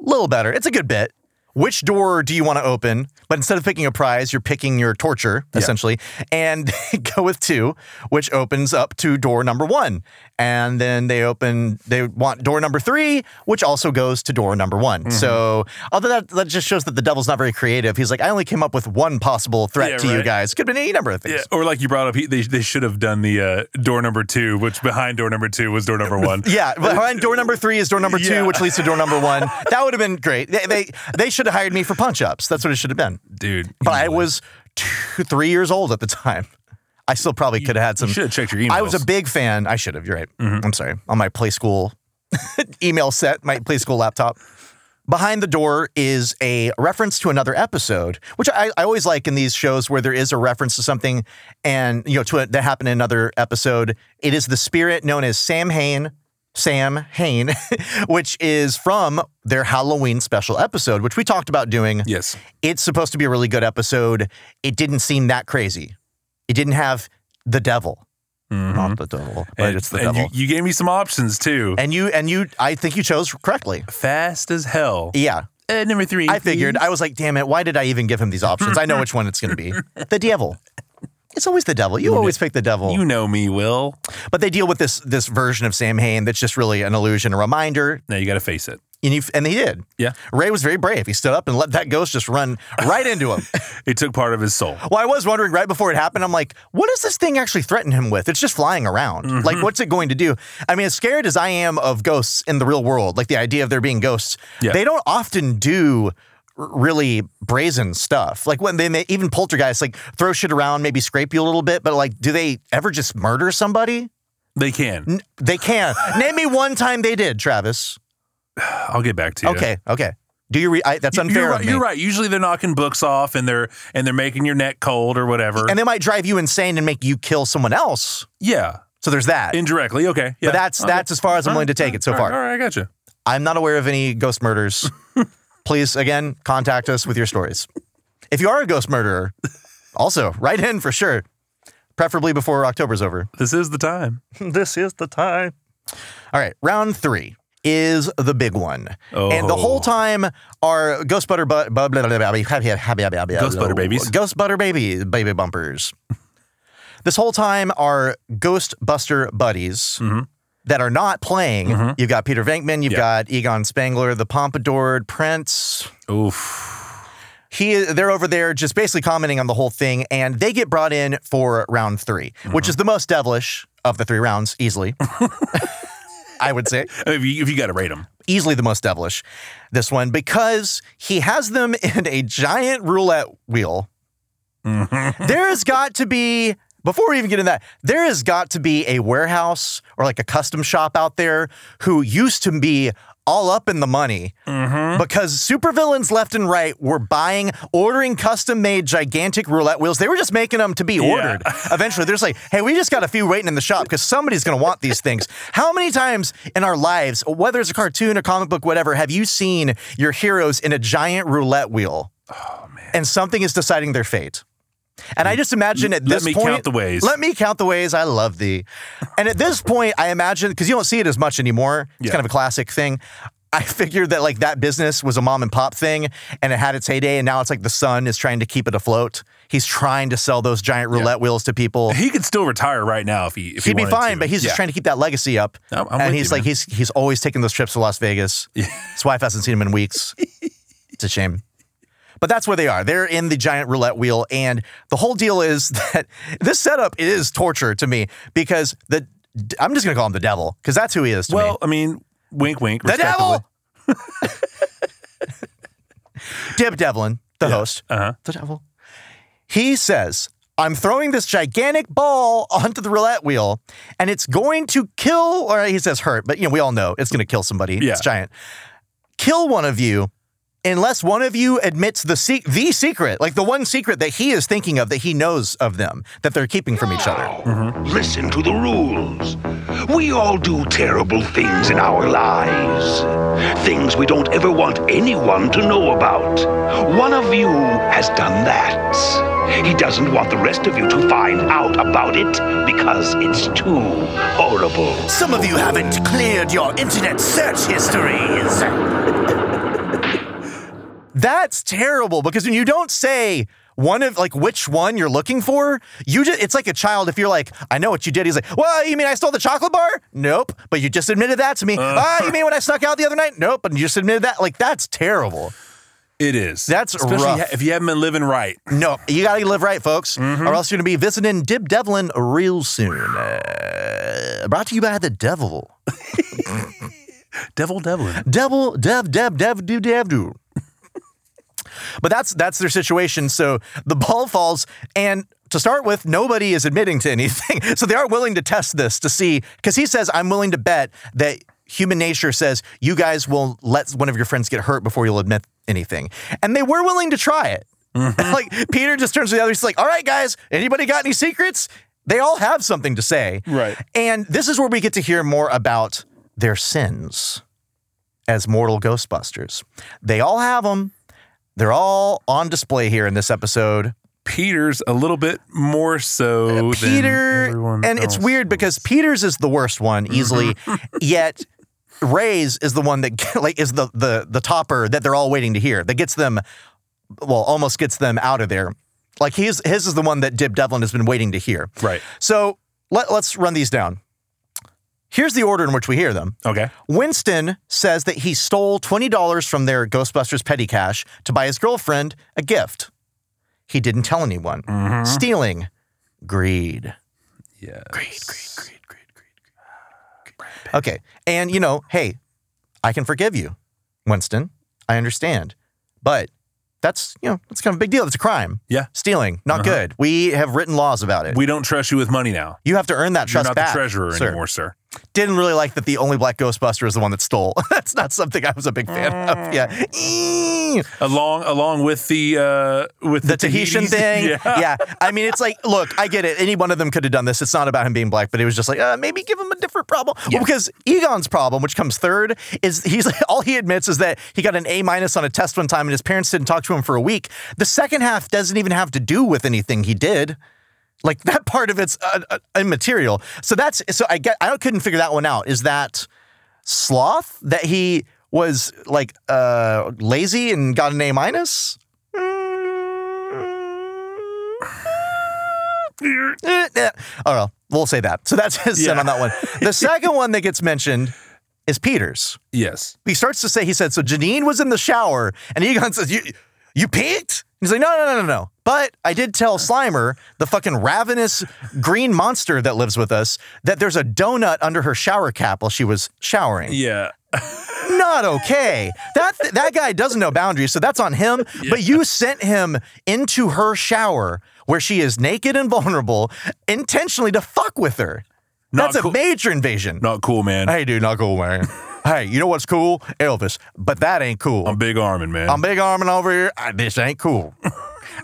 Speaker 3: little better. It's a good bit. Which door do you want to open? But instead of picking a prize, you're picking your torture, essentially, and go with two, which opens up to door number one. And then they open, they want door number three, which also goes to door number one.
Speaker 2: Mm-hmm.
Speaker 3: So, although that, that just shows that the devil's not very creative, he's like, I only came up with one possible threat
Speaker 2: Yeah,
Speaker 3: to you
Speaker 2: right.
Speaker 3: guys. Could have been any number of things.
Speaker 2: Yeah, or like you brought up, he, they they should have done the uh, door number two, which behind door number two was door number one.
Speaker 3: Yeah, behind door number three is door number
Speaker 2: Yeah.
Speaker 3: two, which leads to door number one. That would have been great. They they, they should have hired me for punch ups. That's what it should have been.
Speaker 2: dude.
Speaker 3: But I was two, three years old at the time. I still probably could have had some.
Speaker 2: should have checked your
Speaker 3: I was a
Speaker 2: emails.
Speaker 3: big fan. I should have. You're right. I'm sorry. On my play school email set, my play school laptop. Behind the door is a reference to another episode, which I, I always like in these shows where there is a reference to something and you know to it that happened in another episode. It is the spirit known as Sam Hain, Sam Hain, which is from their Halloween special episode, which we talked about doing.
Speaker 2: Yes.
Speaker 3: It's supposed to be a really good episode. It didn't seem that crazy. It didn't have the devil. Not the devil, but
Speaker 2: Mm-hmm. and,
Speaker 3: it's the
Speaker 2: and
Speaker 3: devil.
Speaker 2: You, you gave me some options too.
Speaker 3: and you and you I think you chose correctly.
Speaker 2: Fast as hell.
Speaker 3: Yeah.
Speaker 2: Uh, number three.
Speaker 3: I figured.
Speaker 2: please.
Speaker 3: I was like, damn it, why did I even give him these options? I know which one it's going to be. The devil. It's always the devil. You always pick the devil.
Speaker 2: you know me, Will.
Speaker 3: But they deal with this this version of Sam Hain that's just really an illusion, a reminder.
Speaker 2: Now you got to face it.
Speaker 3: And you and he did.
Speaker 2: Yeah.
Speaker 3: Ray was very brave. He stood up and let that ghost just run right into him.
Speaker 2: It took part of his soul.
Speaker 3: Well, I was wondering right before it happened. I'm like, what does this thing actually threaten him with? It's just flying around.
Speaker 2: Mm-hmm.
Speaker 3: Like, what's it going to do? I mean, as scared as I am of ghosts in the real world, like the idea of there being ghosts,
Speaker 2: Yeah.
Speaker 3: they don't often do r- really brazen stuff. Like when they may, even poltergeists like throw shit around, maybe scrape you a little bit, but like, do they ever just murder somebody?
Speaker 2: They can.
Speaker 3: N- They can. Name me one time they did, Travis.
Speaker 2: I'll get back to you.
Speaker 3: Okay, okay. Do you? Re- I, that's
Speaker 2: You-
Speaker 3: unfair.
Speaker 2: You're
Speaker 3: of
Speaker 2: right,
Speaker 3: me.
Speaker 2: you're right. Usually they're knocking books off and they're and they're making your neck cold or whatever.
Speaker 3: And they might drive you insane and make you kill someone else.
Speaker 2: yeah,
Speaker 3: So there's that.
Speaker 2: indirectly. Okay. Yeah.
Speaker 3: But that's
Speaker 2: Okay.
Speaker 3: that's as far as I'm
Speaker 2: All
Speaker 3: willing to
Speaker 2: right,
Speaker 3: take it so
Speaker 2: all
Speaker 3: far.
Speaker 2: right, All right, I got you.
Speaker 3: I'm not aware of any ghost murders. Please, again, contact us with your stories. If you are a ghost murderer, also write in for sure, preferably before October's over.
Speaker 2: This is the time.
Speaker 3: this is the time. All right, round three is the big one, and the whole
Speaker 2: Oh.
Speaker 3: time our ghost butter bu- bu- blah, blah, blah, blah, blah, blah, blah, blah,
Speaker 2: Ghost butter
Speaker 3: blah,
Speaker 2: babies.
Speaker 3: ghost butter baby baby bumpers. this whole time our ghost buster buddies
Speaker 2: Mm-hmm.
Speaker 3: that are not playing. You've got Peter Venkman, you've got Egon Spangler, the Pompadour Prince.
Speaker 2: Oof.
Speaker 3: He, they're over there just basically commenting on the whole thing, and they get brought in for round 3
Speaker 2: Mm-hmm.
Speaker 3: which is the most devilish of the three rounds, easily. I would say
Speaker 2: If you, if you got to rate them.
Speaker 3: easily the most devilish. This one because he has them in a giant roulette wheel. there has got to be before we even get into that. There has got to be a warehouse or like a custom shop out there who used to be all up in the money because supervillains left and right were buying, ordering custom-made gigantic roulette wheels. They were just making them to be ordered. Eventually, there's like, hey, we just got a few waiting in the shop because somebody's going to want these things. How many times in our lives, whether it's a cartoon, a comic book, whatever, have you seen your heroes in a giant roulette wheel? And something is deciding their fate. And I just imagine at
Speaker 2: Let
Speaker 3: this
Speaker 2: me
Speaker 3: point,
Speaker 2: count the ways.
Speaker 3: Let me count the ways. I love thee. And at this point, I imagine because you don't see it as much anymore. It's
Speaker 2: Yeah.
Speaker 3: kind of a classic thing. I figured that like that business was a mom and pop thing, and it had its heyday, and now it's like the sun is trying to keep it afloat. He's trying to sell those giant roulette wheels to people.
Speaker 2: He could still retire right now if he if he
Speaker 3: He'd be
Speaker 2: wanted
Speaker 3: fine,
Speaker 2: to.
Speaker 3: but he's
Speaker 2: Yeah.
Speaker 3: just trying to keep that legacy up.
Speaker 2: I'm- I'm
Speaker 3: and
Speaker 2: with
Speaker 3: he's
Speaker 2: you,
Speaker 3: like
Speaker 2: man.
Speaker 3: he's he's always taking those trips to Las Vegas. His wife hasn't seen him in weeks. It's a shame. But that's where they are. They're in the giant roulette wheel, and the whole deal is that this setup is torture to me because the I'm just gonna call him the devil because that's who he is to me.
Speaker 2: Well, I mean, wink, wink.
Speaker 3: The
Speaker 2: respectively.
Speaker 3: devil. Dib Devlin, the host,
Speaker 2: uh-huh.
Speaker 3: the devil. He says, "I'm throwing this gigantic ball onto the roulette wheel, and it's going to kill." Or he says, "Hurt," but you know we all know it's going to kill somebody.
Speaker 2: Yeah.
Speaker 3: It's giant. Kill one of you, unless one of you admits the se- the secret, like the one secret that he is thinking of that he knows of them that they're keeping from each other.
Speaker 10: Mm-hmm.
Speaker 9: Listen to the rules. We all do terrible things in our lives. Things we don't ever want anyone to know about. One of you has done that. He doesn't want the rest of you to find out about it because it's too horrible.
Speaker 3: Some of you haven't cleared your internet search histories. That's terrible because when you don't say one of like which one you're looking for, you just it's like a child if you're like, I know what you did. He's like, Well, you mean I stole the chocolate bar? Nope. But you just admitted that to me. Ah, you mean when I snuck out the other night? Nope. But you just admitted that. Like that's terrible.
Speaker 2: It is.
Speaker 3: That's
Speaker 2: Especially
Speaker 3: rough.
Speaker 2: if you haven't been living right.
Speaker 3: No, you gotta live right, folks, or else you're gonna be visiting Dib Devlin real soon. Uh, brought to you by the devil.
Speaker 2: Devil Devlin.
Speaker 3: devil, dev, dev, dev, do, dev, do. but that's that's their situation. So the ball falls, and to start with, nobody is admitting to anything. So they are willing to test this to see, because he says, "I'm willing to bet that human nature says you guys will let one of your friends get hurt before you'll admit anything," and they were willing to try it. like Peter just turns to the others, he's like, "All right, guys, anybody got any secrets?" They all have something to say.
Speaker 2: Right.
Speaker 3: And this is where we get to hear more about their sins as mortal Ghostbusters. They all have them. They're all on display here in this episode.
Speaker 2: Peter's a little bit more so than
Speaker 3: Peter,
Speaker 2: everyone
Speaker 3: and it's
Speaker 2: else. Mm-hmm.
Speaker 3: weird because Peter's is the worst one easily, yet Ray's is the one that like is the the the topper that they're all waiting to hear that gets them, well, almost gets them out of there. Like his his is the one that Dib Devlin has been waiting to hear.
Speaker 2: Right.
Speaker 3: So let, let's run these down. Here's the order in which we hear them.
Speaker 2: Okay.
Speaker 3: Winston says that he stole $20 from their Ghostbusters petty cash to buy his girlfriend a gift. He didn't tell anyone.
Speaker 2: Mm-hmm.
Speaker 3: Stealing, greed.
Speaker 2: Yeah.
Speaker 3: Okay. And, you know, hey, I can forgive you, Winston. I understand. But that's, you know, that's kind of a big deal. That's a crime.
Speaker 2: Yeah.
Speaker 3: Stealing, not good. We have written laws about it.
Speaker 2: Uh-huh. We don't trust you with money now.
Speaker 3: you have to earn that
Speaker 2: You're
Speaker 3: trust
Speaker 2: not
Speaker 3: back,
Speaker 2: the treasurer
Speaker 3: sir.
Speaker 2: anymore, sir.
Speaker 3: didn't really like that the only black Ghostbuster is the one that stole. That's not something I was a big fan of. Yeah.
Speaker 2: Mm.
Speaker 3: Eeeh.
Speaker 2: Along along with the uh with the,
Speaker 3: The Tahitian
Speaker 2: Tahitis.
Speaker 3: thing.
Speaker 2: Yeah.
Speaker 3: Yeah. I mean, it's like, look, I get it. Any one of them could have done this. It's not about him being black, but it was just like, uh, maybe give him a different problem. Well, because Egon's problem, which comes third, is he's like, all he admits is that he got an A minus on a test one time and his parents didn't talk to him for a week. The second half doesn't even have to do with anything he did. Like that part of it's uh, uh, immaterial. So that's so I get I couldn't figure that one out. Is that sloth that he was like uh, lazy and got an A minus? Mm. Eh, eh. Oh well, we'll say that. So that's his sin
Speaker 2: Yeah.
Speaker 3: on that one. The second one that gets mentioned is Peter's.
Speaker 2: Yes.
Speaker 3: He starts to say he said so. Janine was in the shower, and Egon says, "You, you peeked." He's like, "No, no, no, no, no." But I did tell Slimer, the fucking ravenous green monster that lives with us, that there's a donut under her shower cap while she was showering
Speaker 2: Yeah.
Speaker 3: not okay. That that guy doesn't know boundaries, so that's on him. But you sent him into her shower where she is naked and vulnerable, intentionally to fuck with her.
Speaker 2: Not
Speaker 3: that's
Speaker 2: cool.
Speaker 3: a major invasion.
Speaker 2: Not cool, man.
Speaker 3: Hey, dude, not cool, man. hey, you know what's cool, Elvis? But that ain't cool.
Speaker 2: I'm big arming, man.
Speaker 3: I'm big arming over here. I, this ain't cool.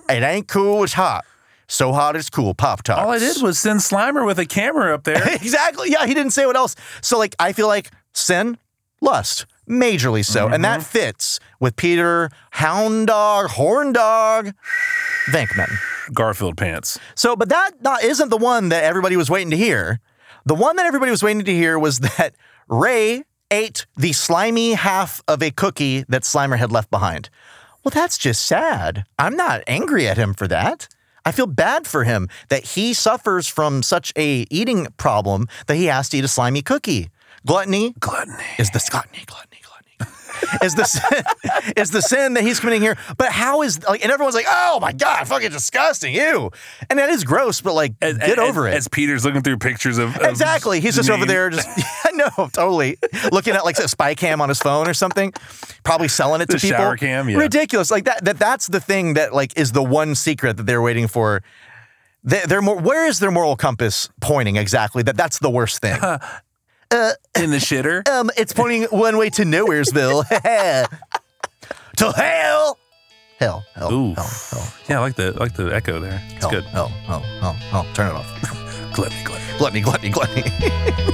Speaker 3: it ain't cool. It's hot. So hot it's cool. Pop tarts.
Speaker 2: All I did was send Slimer with a camera up there.
Speaker 3: exactly. Yeah, he didn't say what else. So like I feel like sin, lust, majorly so. And that fits with Peter Hound Dog, Horn Dog, Venkman.
Speaker 2: Garfield pants.
Speaker 3: So, but that not, isn't the one that everybody was waiting to hear. The one that everybody was waiting to hear was that Ray ate the slimy half of a cookie that Slimer had left behind. Well, that's just sad. I'm not angry at him for that. I feel bad for him that he suffers from such a eating problem that he has to eat a slimy cookie. Gluttony
Speaker 2: Gluttony.
Speaker 3: is this gluttony, gluttony, gluttony. is the sin, is the sin that he's committing here? But how is like? And everyone's like, "Oh my god, fucking disgusting, ew!" And that is gross, but like,
Speaker 2: As- as-
Speaker 3: get over it.
Speaker 2: As Peter's looking through pictures of, of
Speaker 3: exactly. He's just over
Speaker 2: Janine.
Speaker 3: there, just I know, totally looking at like a spy cam on his phone or something. Probably selling it
Speaker 2: The
Speaker 3: to people.
Speaker 2: shower cam, yeah.
Speaker 3: Ridiculous. Like that. That that's the thing that like is the one secret that they're waiting for. They, they're more. Where is their moral compass pointing exactly? That that's the worst thing.
Speaker 2: in the shitter.
Speaker 3: Um, it's pointing one way to Nowheresville. to hell. Hell, hell,
Speaker 2: Ooh.
Speaker 3: hell, hell,
Speaker 2: Yeah, I like the I like the echo there. It's
Speaker 3: hell,
Speaker 2: good.
Speaker 3: hell, hell, hell, hell. Turn it off.
Speaker 2: Gluttony, gluttony.
Speaker 3: gluttony, gluttony, gluttony.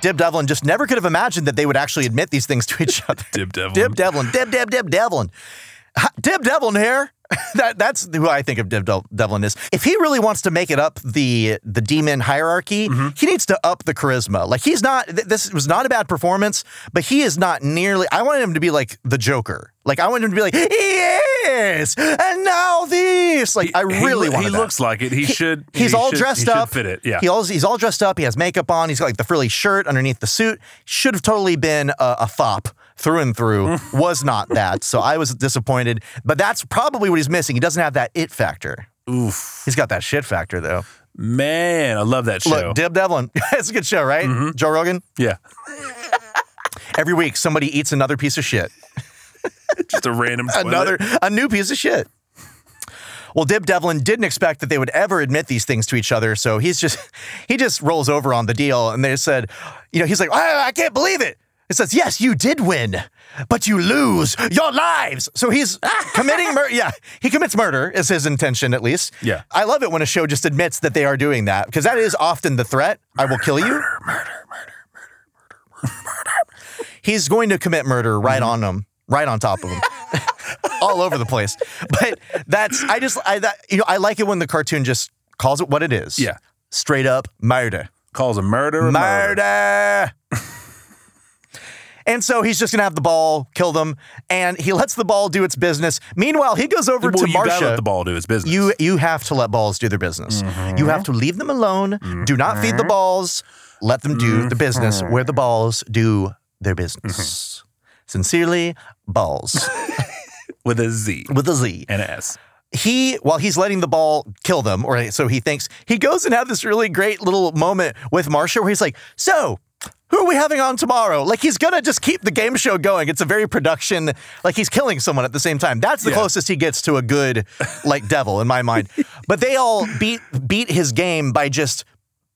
Speaker 3: Dib Devlin just never could have imagined that they would actually admit these things to each other.
Speaker 2: Dib Devlin.
Speaker 3: Dib Devlin. Dib Dib Dib Devlin. Ha- Dib Devlin here. that that's who I think of Dib Del- Devlin is. If he really wants to make it up the the demon hierarchy,
Speaker 2: Mm-hmm.
Speaker 3: he needs to up the charisma. Like he's not. th- this was not a bad performance, but he is not nearly. I wanted him to be like the Joker. Like I wanted him to be like yes, and now this. Like I
Speaker 2: He
Speaker 3: really
Speaker 2: loo-
Speaker 3: wanted
Speaker 2: He
Speaker 3: that.
Speaker 2: looks like it. He, should.
Speaker 3: He's
Speaker 2: he
Speaker 3: all
Speaker 2: should-
Speaker 3: dressed
Speaker 2: he should
Speaker 3: up.
Speaker 2: Fit it. Yeah.
Speaker 3: He all, he's all dressed up. He has makeup on. He's got like the frilly shirt underneath the suit. Should have totally been a, a fop through and through. was not that. So I was disappointed. But that's probably what he's missing. He doesn't have that it factor.
Speaker 2: Oof.
Speaker 3: He's got that shit factor though.
Speaker 2: Man, I love that show. Mm-hmm.
Speaker 3: Look, Dib Devlin. it's a good show, right? Joe Rogan.
Speaker 2: yeah.
Speaker 3: Every week, somebody eats another piece of shit.
Speaker 2: Just a random toilet.
Speaker 3: another a new piece of shit. Well, Dib Devlin didn't expect that they would ever admit these things to each other, so he's just he just rolls over on the deal, and they said, you know, he's like, I, I can't believe it. It says, yes, you did win, but you lose your lives. So he's committing murder. Yeah, he commits murder is his intention, at least.
Speaker 2: Yeah.
Speaker 3: I love it when a show just admits that they are doing that because that is often the threat. I will kill you. Murder, murder, murder, murder. He's going to commit murder right
Speaker 2: Mm-hmm.
Speaker 3: on them, right on top of them all over the place. But that's I just I that you know I like it when the cartoon just calls it what it is.
Speaker 2: Yeah.
Speaker 3: straight up murder,
Speaker 2: Calls a murder. a murder.
Speaker 3: murder. And so he's just gonna have the ball kill them, and he lets the ball do its business. Meanwhile, he goes over
Speaker 2: Well,
Speaker 3: to
Speaker 2: you gotta let
Speaker 3: Marsha.
Speaker 2: the ball do its business.
Speaker 3: You you have to let balls do their business. You have to leave them alone. Do not feed the balls. Let them do the business where the balls do their business. Sincerely, balls
Speaker 2: with a Z
Speaker 3: with a Z.
Speaker 2: and an S.
Speaker 3: he while he's letting the ball kill them, or so he thinks, he goes and have this really great little moment with Marsha where he's like, "So, who are we having on tomorrow?" Like he's gonna just keep the game show going. It's a very production, like he's killing someone at the same time. That's the
Speaker 2: Yeah.
Speaker 3: closest he gets to a good, like devil in my mind. But they all beat beat his game by just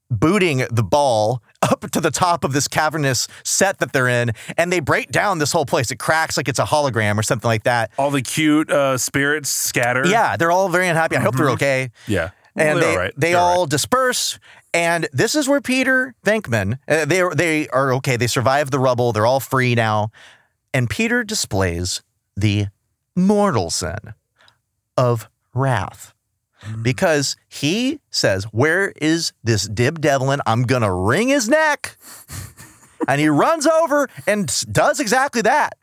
Speaker 3: booting the ball up to the top of this cavernous set that they're in, and they break down this whole place. It cracks like it's a hologram or something like that.
Speaker 2: All the cute uh, spirits scatter.
Speaker 3: Yeah, they're all very unhappy. I hope they're okay.
Speaker 2: Yeah. Well, they're
Speaker 3: and they,
Speaker 2: all right.
Speaker 3: they
Speaker 2: They're
Speaker 3: all disperse. And this is where Peter Venkman, uh, they they are okay. They survived the rubble. They're all free now, and Peter displays the mortal sin of wrath
Speaker 2: Hmm.
Speaker 3: because he says, "Where is this Dib Devlin? I'm gonna wring his neck." and he runs over and s- does exactly that.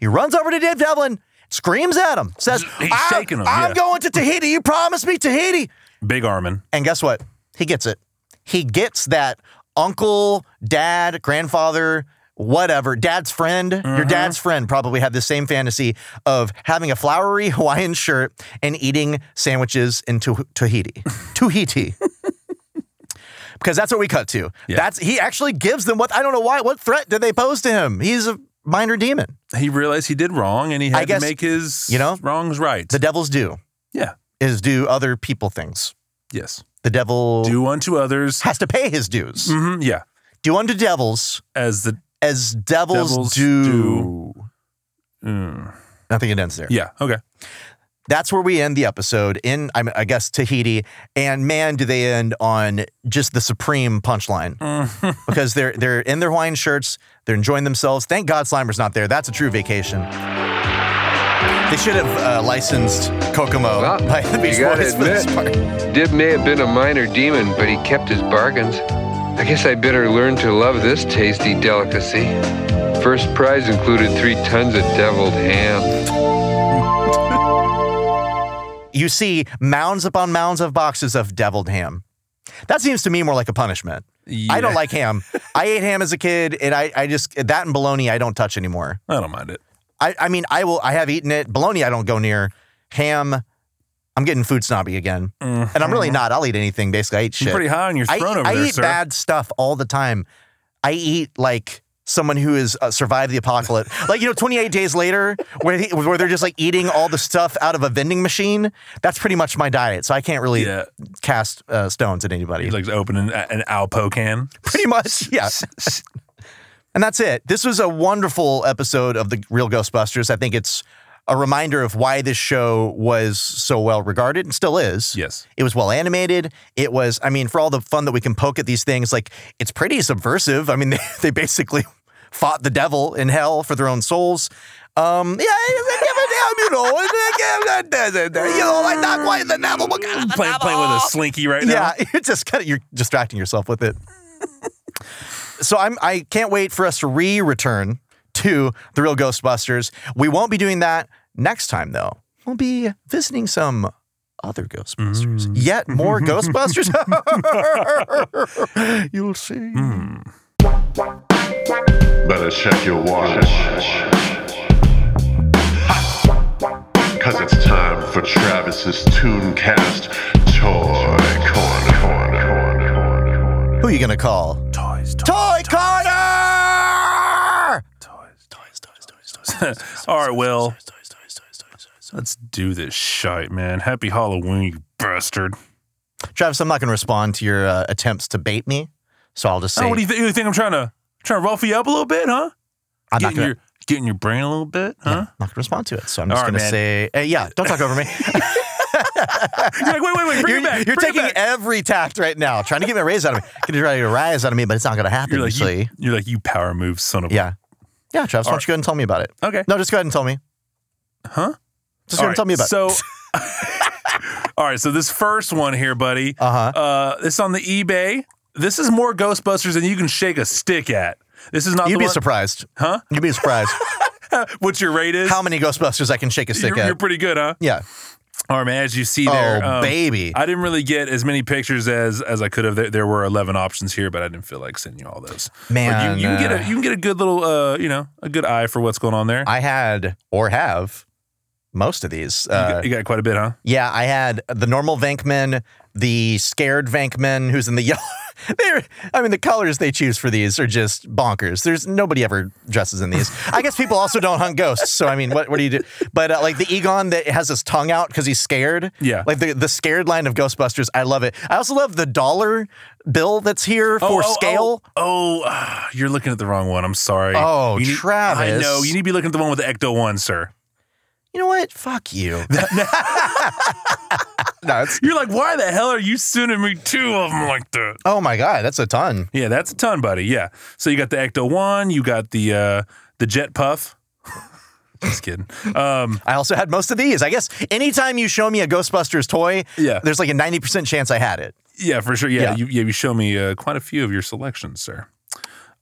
Speaker 3: He runs over to Dib Devlin, screams at him, says,
Speaker 2: He's
Speaker 3: "I'm-
Speaker 2: shaking him,
Speaker 3: I'm
Speaker 2: yeah."
Speaker 3: going to Tahiti. You promised me Tahiti."
Speaker 2: Big Armin.
Speaker 3: And guess what? He gets it. He gets that uncle, dad, grandfather, whatever, dad's friend.
Speaker 2: Mm-hmm.
Speaker 3: Your dad's friend probably had the same fantasy of having a flowery Hawaiian shirt and eating sandwiches in Tu- Tahiti. Tahiti. because that's what we cut to.
Speaker 2: Yeah.
Speaker 3: That's he actually gives them what I don't know why. What threat did they pose to him? He's a minor demon.
Speaker 2: He realized he did wrong and he
Speaker 3: I
Speaker 2: had
Speaker 3: guess,
Speaker 2: to make his
Speaker 3: you know,
Speaker 2: wrongs right.
Speaker 3: The devils do
Speaker 2: yeah.
Speaker 3: is do other people things.
Speaker 2: Yes.
Speaker 3: The devil
Speaker 2: Do unto others.
Speaker 3: has to pay his dues.
Speaker 2: hmm yeah.
Speaker 3: Do unto devils
Speaker 2: As the
Speaker 3: as devils,
Speaker 2: devils
Speaker 3: do.
Speaker 2: do. Mm.
Speaker 3: I think it ends there.
Speaker 2: Yeah. Okay.
Speaker 3: That's where we end the episode in, I, mean, I guess, Tahiti. And man, do they end on just the supreme punchline because they're they're in their Hawaiian shirts, they're enjoying themselves. Thank God Slimer's not there. That's a true vacation. They should have uh, licensed Kokomo
Speaker 7: Well,
Speaker 3: by the
Speaker 7: you
Speaker 3: Beach
Speaker 7: gotta
Speaker 3: Boys for this part.
Speaker 7: Dib may have been a minor demon, but he kept his bargains. I guess I better learn to love this tasty delicacy. First prize included three tons of deviled ham.
Speaker 3: You see mounds upon mounds of boxes of deviled ham. That seems to me more like a punishment. I don't
Speaker 2: Yeah.
Speaker 3: like ham. I ate ham as a kid, and I, I just that and bologna I don't touch anymore.
Speaker 2: I don't mind it.
Speaker 3: I, I mean, I will. I have eaten it. Bologna, I don't go near. Ham, I'm getting food snobby again, and I'm really not. I'll eat anything. Basically, I eat shit.
Speaker 2: You're Mm-hmm. pretty high on your
Speaker 3: I,
Speaker 2: throne over
Speaker 3: I
Speaker 2: there,
Speaker 3: eat
Speaker 2: sir.
Speaker 3: bad stuff all the time. I eat like someone who has uh, survived the apocalypse, like you know, 28 days later, where he, where they're just like eating all the stuff out of a vending machine. That's pretty much my diet, so I can't really
Speaker 2: Yeah.
Speaker 3: cast uh, stones at anybody.
Speaker 2: He's like opening a- an Alpo can.
Speaker 3: pretty much, yeah. And that's it. This was a wonderful episode of the Real Ghostbusters. I think it's a reminder of why this show was so well regarded and still is.
Speaker 2: Yes.
Speaker 3: It was well animated. It was, I mean, for all the fun that we can poke at these things, like it's pretty subversive. I mean, they, they basically fought the devil in hell for their own souls. Um, yeah, you know, you know, like not quite the devil, but kind of the
Speaker 2: Playing, playing with a slinky right now.
Speaker 3: yeah, you're just kind of you're distracting yourself with it. so I'm I can't wait for us to re-return to the real Ghostbusters. We won't be doing that next time though. We'll be visiting some other
Speaker 2: Mm.
Speaker 3: Ghostbusters. Yet more Ghostbusters. You'll see.
Speaker 2: Hmm.
Speaker 10: Better check your watch. Cause it's time for Travis's Tooncast Toy Corner.
Speaker 3: Who are you gonna call? Toys. Toy Corner.
Speaker 2: All right, Will. Let's do this shite, man. Happy Halloween, you bastard.
Speaker 3: Travis, I'm not gonna respond to your uh, attempts to bait me. So I'll just say
Speaker 2: Oh, what do you, think? you think I'm trying to trying to rough you up a little bit, huh?
Speaker 3: I'm not
Speaker 2: getting
Speaker 3: gonna-
Speaker 2: your getting your brain a little bit, huh?
Speaker 3: I'm not gonna respond to it. So I'm just
Speaker 2: All right,
Speaker 3: gonna
Speaker 2: man.
Speaker 3: say, uh, yeah, don't talk over me.
Speaker 2: You're like, wait, wait, wait, bring
Speaker 3: you're
Speaker 2: it back.
Speaker 3: you're
Speaker 2: bring it
Speaker 3: taking
Speaker 2: back.
Speaker 3: every tact right now, trying to get me a raise out of me. Gonna try to get a rise out of me, but it's not gonna happen.
Speaker 2: You're like,
Speaker 3: usually.
Speaker 2: you, you're like, you power move, son of a.
Speaker 3: yeah. Yeah, Travis, why
Speaker 2: All
Speaker 3: don't you go ahead and tell me about it?
Speaker 2: Okay.
Speaker 3: No, just go ahead and tell me.
Speaker 2: Huh?
Speaker 3: Just go ahead and tell me about
Speaker 2: so,
Speaker 3: it.
Speaker 2: all right, so this first one here, buddy. Uh-huh. Uh It's on the eBay. This is more Ghostbusters than you can shake a stick at. This is not.
Speaker 3: You'd
Speaker 2: the
Speaker 3: be
Speaker 2: one,
Speaker 3: surprised.
Speaker 2: huh?
Speaker 3: You'd be surprised
Speaker 2: What your rate is?
Speaker 3: how many Ghostbusters I can shake a stick
Speaker 2: you're,
Speaker 3: at.
Speaker 2: you're pretty good, huh?
Speaker 3: yeah.
Speaker 2: All right, man. As you see there, um,
Speaker 3: Oh, baby.
Speaker 2: I didn't really get as many pictures as as I could have. There, there were eleven options here, but I didn't feel like sending you all those. But
Speaker 3: Man,
Speaker 2: you, you can get
Speaker 3: uh,
Speaker 2: a you can get a good little uh you know a good eye for what's going on there.
Speaker 3: I had or have most of these.
Speaker 2: you,
Speaker 3: Uh,
Speaker 2: got, you got quite a bit, huh?
Speaker 3: Yeah, I had the normal Venkman, the scared Venkman, who's in the yellow. They're, I mean, the colors they choose for these are just bonkers. There's nobody ever dresses in these. I guess people also don't hunt ghosts, so I mean, what what do you do? But uh, like the Egon that has his tongue out because he's scared.
Speaker 2: Yeah.
Speaker 3: like the the scared line of Ghostbusters. I love it. I also love the dollar bill that's here for scale.
Speaker 2: Oh, oh, ah, you're looking at the wrong one. I'm sorry.
Speaker 3: Oh,
Speaker 2: You need-
Speaker 3: Travis.
Speaker 2: I know. You need to be looking at the one with the Ecto 1, sir.
Speaker 3: You know what? Fuck you. no, it's,
Speaker 2: You're like, why the hell are you sending me two of them like that?
Speaker 3: oh my god, that's a ton.
Speaker 2: Yeah, that's a ton, buddy. Yeah. So you got the Ecto 1, you got the uh, the Jet Puff. Just kidding. Um,
Speaker 3: I also had most of these. I guess anytime you show me a Ghostbusters toy,
Speaker 2: Yeah.
Speaker 3: there's like a 90% chance I had it.
Speaker 2: yeah, for sure. Yeah,
Speaker 3: Yeah.
Speaker 2: You, yeah, you show me uh, quite a few of your selections, sir.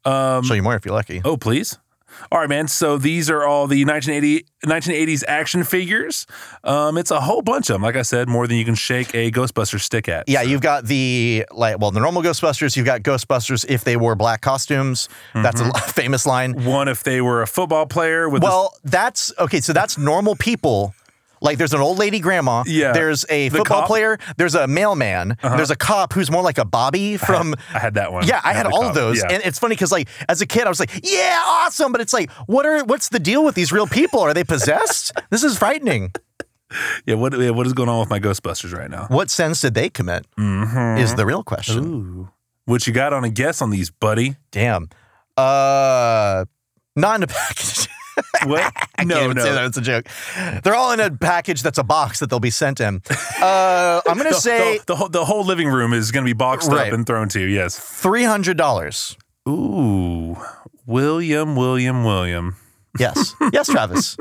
Speaker 2: Um,
Speaker 3: show you more if you're lucky.
Speaker 2: Oh, please. All right, man. So these are all the 1980, 1980s action figures. Um, it's a whole bunch of them. Like I said, more than you can shake a Ghostbuster stick at.
Speaker 3: Yeah, you've got the like well, the normal Ghostbusters, you've got Ghostbusters if they wore black costumes. That's a
Speaker 2: Mm-hmm.
Speaker 3: l- famous line.
Speaker 2: One if they were a football player with well,
Speaker 3: Well, that's okay, so that's normal people. Like there's an old lady grandma.
Speaker 2: Yeah.
Speaker 3: There's a
Speaker 2: The
Speaker 3: football
Speaker 2: cop? Uh-huh.
Speaker 3: player. There's a mailman. There's a cop who's more like a Bobby from.
Speaker 2: I had that one.
Speaker 3: Yeah, I had
Speaker 2: the
Speaker 3: all
Speaker 2: cop.
Speaker 3: of those,
Speaker 2: Yeah.
Speaker 3: and it's funny because like as a kid, I was like, yeah, awesome. But it's like, what are what's the deal with these real people? Are they possessed? this is frightening.
Speaker 2: yeah, what yeah, what is going on with my Ghostbusters right now? Mm-hmm.
Speaker 3: What sins did they commit? Is the real question.
Speaker 2: Ooh. What you got on a guess on these, buddy?
Speaker 3: Damn. Uh, not in a package.
Speaker 2: What?
Speaker 3: I can't
Speaker 2: no,
Speaker 3: even say that.
Speaker 2: no.
Speaker 3: It's a joke. They're all in a package that's a box that they'll be sent in. Uh, I'm going
Speaker 2: The,
Speaker 3: to say
Speaker 2: the, the whole, the whole living room is going to be boxed
Speaker 3: Right.
Speaker 2: up and thrown to you. Yes.
Speaker 3: $300.
Speaker 2: Ooh, William, William, William.
Speaker 3: Yes. Yes, Travis.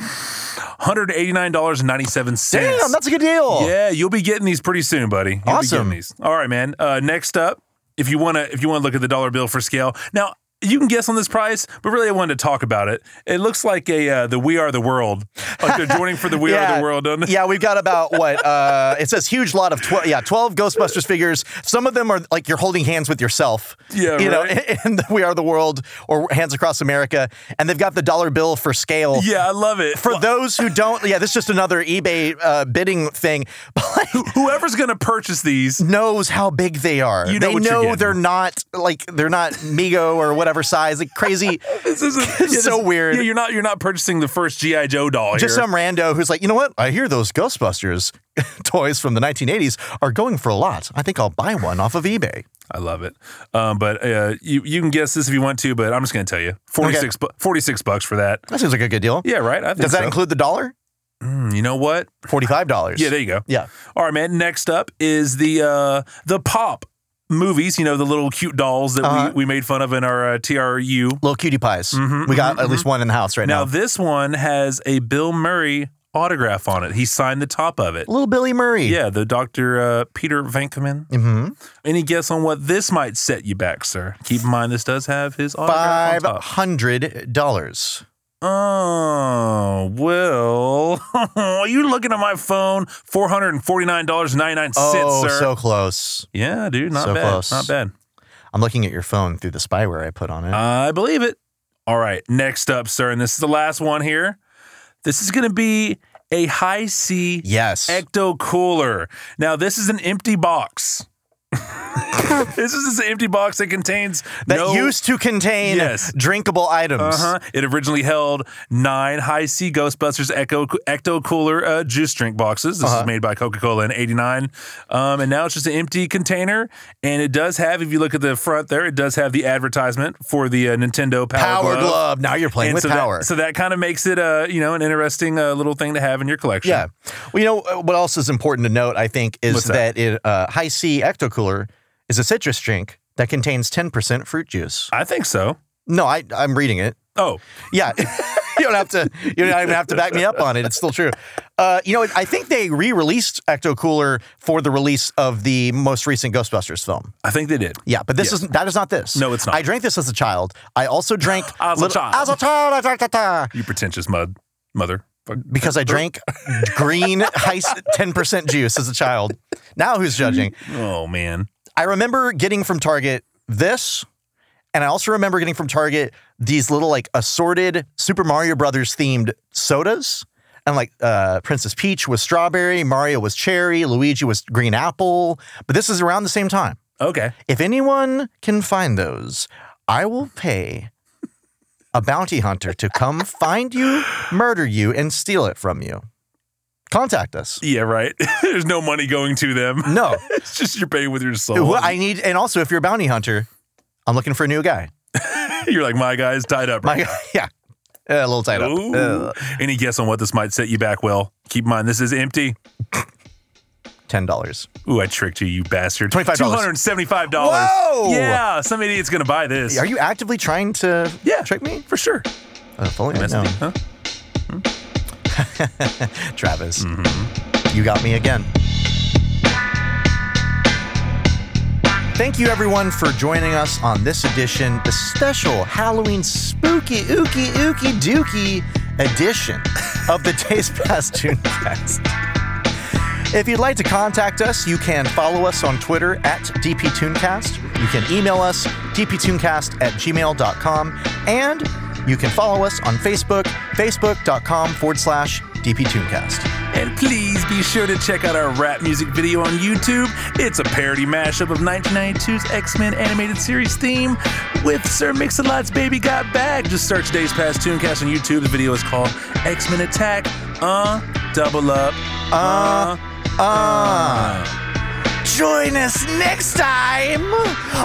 Speaker 2: Hundred eighty nine dollars and ninety seven cents.
Speaker 3: Damn, that's a good deal.
Speaker 2: Yeah, you'll be getting these pretty soon, buddy. You'll be
Speaker 3: Oh. Awesome.
Speaker 2: getting these. All right, man. Uh, next up, if you wanna if you wanna look at the dollar bill for scale, now you can guess on this price, but really I wanted to talk about it. It looks like a uh, the We Are the World. Like they're joining for the We Are the World. Don't they?
Speaker 3: yeah, we've got about what uh, it says huge lot of twelve. Yeah, twelve Ghostbusters figures. Some of them are like you're holding hands with yourself.
Speaker 2: Yeah,
Speaker 3: you know,
Speaker 2: right.
Speaker 3: in the We Are the World or Hands Across America, and they've got the dollar bill for scale.
Speaker 2: Yeah, I love it.
Speaker 3: For those who don't, yeah, this is just another eBay uh, bidding thing. But like,
Speaker 2: Whoever's gonna purchase these,
Speaker 3: knows how big they are.
Speaker 2: You know
Speaker 3: they
Speaker 2: what you're
Speaker 3: know
Speaker 2: getting.
Speaker 3: they're not like they're not Migo or whatever size, like crazy. this is it's so weird.
Speaker 2: Yeah, you're not you're not purchasing the first GI Joe doll.
Speaker 3: Just
Speaker 2: here.
Speaker 3: some rando who's like, you know what? I hear those Ghostbusters toys from the 1980s are going for a lot. I think I'll buy one off of eBay.
Speaker 2: I love it. Um, but uh, you you can guess this if you want to, but I'm just going to tell you 46, bu- 46 bucks for that.
Speaker 3: That seems like a good deal.
Speaker 2: Yeah, right. I think
Speaker 3: Does that
Speaker 2: so.
Speaker 3: include the dollar?
Speaker 2: Mm, you know what?
Speaker 3: Forty-five dollars.
Speaker 2: Yeah, there you go.
Speaker 3: Yeah.
Speaker 2: All right, man. Next up is the uh, the pop movies. You know the little cute dolls that
Speaker 3: Uh-huh.
Speaker 2: we, we made fun of in our uh, TRU.
Speaker 3: Little cutie pies. we got at least one in the house right
Speaker 2: Mm-hmm, now
Speaker 3: now.
Speaker 2: this one has a Bill Murray autograph on it. He signed the top of it.
Speaker 3: Little Billy Murray.
Speaker 2: Yeah, the Doctor uh, Peter Venkman.
Speaker 3: Mm-hmm.
Speaker 2: Any guess on what this might set you back, sir? Keep in mind this does have his autograph
Speaker 3: Five
Speaker 2: on top.
Speaker 3: hundred dollars.
Speaker 2: Oh well, are you looking at my phone? Four hundred and forty nine dollars ninety nine cents,
Speaker 3: Oh,
Speaker 2: sir.
Speaker 3: so close.
Speaker 2: Yeah, dude, not
Speaker 3: so
Speaker 2: bad,
Speaker 3: Close.
Speaker 2: not bad.
Speaker 3: I'm looking at your phone through the spyware I put on it.
Speaker 2: I believe it. All right, next up, sir, and this is the last one here. This is going to be a high C
Speaker 3: yes
Speaker 2: ecto cooler. Now this is an empty box. this is an empty box that contains
Speaker 3: that
Speaker 2: no,
Speaker 3: used to contain
Speaker 2: Yes.
Speaker 3: drinkable items.
Speaker 2: Uh-huh. It originally held nine High C Ghostbusters Echo Ecto Cooler uh, juice drink boxes. This
Speaker 3: Uh-huh.
Speaker 2: is made by Coca Cola in '89, um, and now it's just an empty container. And it does have, if you look at the front there, it does have the advertisement for the uh, Nintendo Power,
Speaker 3: Power
Speaker 2: Glove.
Speaker 3: Glove. Now you're playing
Speaker 2: And
Speaker 3: with
Speaker 2: so that-
Speaker 3: power.
Speaker 2: so that kind of makes it, uh, you know, an interesting uh, little thing to have in your collection.
Speaker 3: Yeah. Well, you know uh, what else is important to note? I think is
Speaker 2: What's
Speaker 3: that,
Speaker 2: that?
Speaker 3: it uh, High C Ecto Cooler is a citrus drink that contains 10% fruit juice.
Speaker 2: I think so.
Speaker 3: No, I, I'm reading it.
Speaker 2: Oh,
Speaker 3: Yeah. you don't have to. You don't even have to back me up on it. It's still true. Uh, you know, I think they re-released Ecto Cooler for the release of the most recent Ghostbusters film.
Speaker 2: I think they did.
Speaker 3: Yeah, but this is that is not this.
Speaker 2: No, it's not.
Speaker 3: I drank this as a child. I also drank
Speaker 2: As a
Speaker 3: little-
Speaker 2: child.
Speaker 3: As a child, I drank uh, that.
Speaker 2: You pretentious mud mother. Fuck.
Speaker 3: because I drank green high ten percent juice as a child. Now who's judging?
Speaker 2: Oh man.
Speaker 3: I remember getting from Target this, and I also remember getting from Target these little like assorted Super Mario Brothers themed sodas. And like uh, Princess Peach was strawberry, Mario was cherry, Luigi was green apple. But this is around the same time.
Speaker 2: Okay.
Speaker 3: If anyone can find those, I will pay a bounty hunter to come find you, murder you, and steal it from you. Contact us.
Speaker 2: Yeah, right. There's no money going to them.
Speaker 3: No.
Speaker 2: it's just you're paying with your soul.
Speaker 3: Mm. Well, I need, and also if you're a bounty hunter, I'm looking for a new guy.
Speaker 2: You're like, my guy's tied up.
Speaker 3: My, yeah, Uh, a little tight up.
Speaker 2: Ooh.
Speaker 3: Uh,
Speaker 2: Any guess on what this might set you back? Well, keep in mind this is empty.
Speaker 3: Ten dollars.
Speaker 2: Ooh, I tricked you, you bastard.
Speaker 3: $25.
Speaker 2: Two hundred and seventy-five dollars.
Speaker 3: Whoa!
Speaker 2: Yeah, some idiot's gonna buy this.
Speaker 3: Are you actively trying to
Speaker 2: Yeah.
Speaker 3: trick me?
Speaker 2: for sure?
Speaker 3: Uh, if only I
Speaker 2: Messing
Speaker 3: known.
Speaker 2: me, huh?
Speaker 3: Travis, you got me again. Thank you, everyone, for joining us on this edition, the special Halloween spooky, ooky, ooky, dooky edition of the Taste Past Tunecast. If you'd like to contact us, you can follow us on Twitter at DPTuncast. You can email us, dptunecast at gmail.com. And you can follow us on Facebook, facebook.com forward slash DPTuncast.
Speaker 2: And please be sure to check out our rap music video on YouTube. It's a parody mashup of 1992's X-Men animated series theme with Sir Mix-a-Lot's Baby Got Back. Just search Days Past Tooncast on YouTube. The video is called X-Men Attack. Uh, double up. Uh,
Speaker 3: Uh, join us next time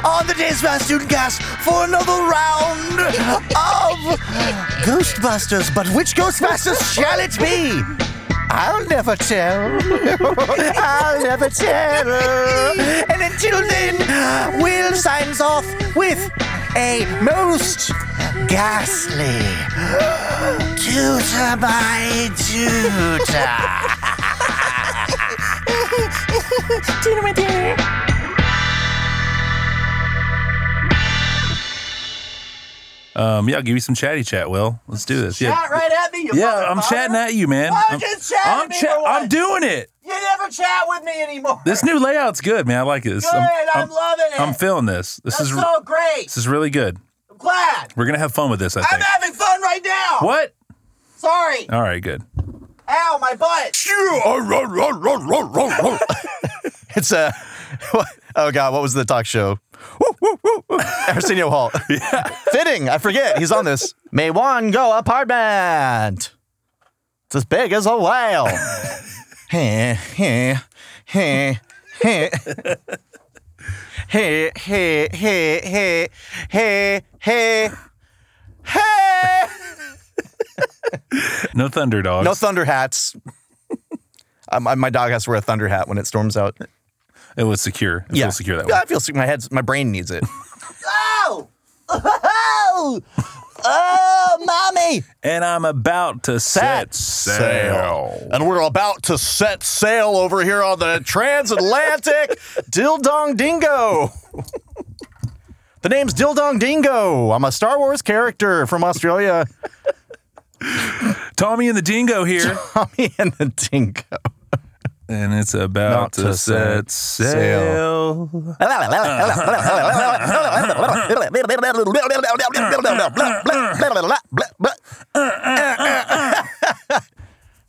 Speaker 3: on the Days Past Studentcast for another round of Ghostbusters. But which Ghostbusters shall it be? I'll never tell. I'll never tell. And until then, Will signs off with a most ghastly tutor by tutor.
Speaker 6: Tuna my dear.
Speaker 2: Um, yeah, I'll give you some chatty chat, Will. Let's do this. Yeah.
Speaker 11: Chat right at me, you
Speaker 2: yeah, I'm
Speaker 11: motherfucker.
Speaker 2: chatting at you, man.
Speaker 11: Why
Speaker 2: I'm,
Speaker 11: don't you chat at
Speaker 2: I'm
Speaker 11: me
Speaker 2: cha-
Speaker 11: for once?
Speaker 2: I'm doing it.
Speaker 11: You never chat with me anymore.
Speaker 2: This new layout's good, man. I like it. This,
Speaker 11: Good, I'm loving it.
Speaker 2: I'm feeling this. This
Speaker 11: That's
Speaker 2: is
Speaker 11: so great.
Speaker 2: This is really good.
Speaker 11: I'm glad.
Speaker 2: We're gonna have fun with this, I
Speaker 11: I'm
Speaker 2: think.
Speaker 11: having fun right now.
Speaker 2: What?
Speaker 11: Sorry.
Speaker 2: All right, good.
Speaker 11: Ow, my butt.
Speaker 3: it's a oh god, what was the talk show? Woo, woo, woo, woo. Arsenio Hall. Fitting. I forget. He's on this. May one go apartment. It's as big as a whale. hey, hey, hey, hey. Hey, hey, hey, hey, hey, hey, hey.
Speaker 2: No thunder dogs.
Speaker 3: No thunder hats. Uh, my, my dog has to wear a thunder hat when it storms out.
Speaker 2: It was secure. It feels secure that way.
Speaker 3: I feel sick. My head's, my brain needs it.
Speaker 12: Oh! Oh! Oh, mommy!
Speaker 2: And I'm about to set, sail.
Speaker 3: And we're about to set sail over here on the transatlantic Dill Dong Dingo. the name's Dill Dong Dingo. I'm a Star Wars character from Australia.
Speaker 2: Tommy and the Dingo here.
Speaker 3: Tommy and the Dingo.
Speaker 2: And it's about to, set sail.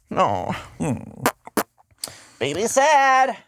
Speaker 3: No.
Speaker 12: Baby sad.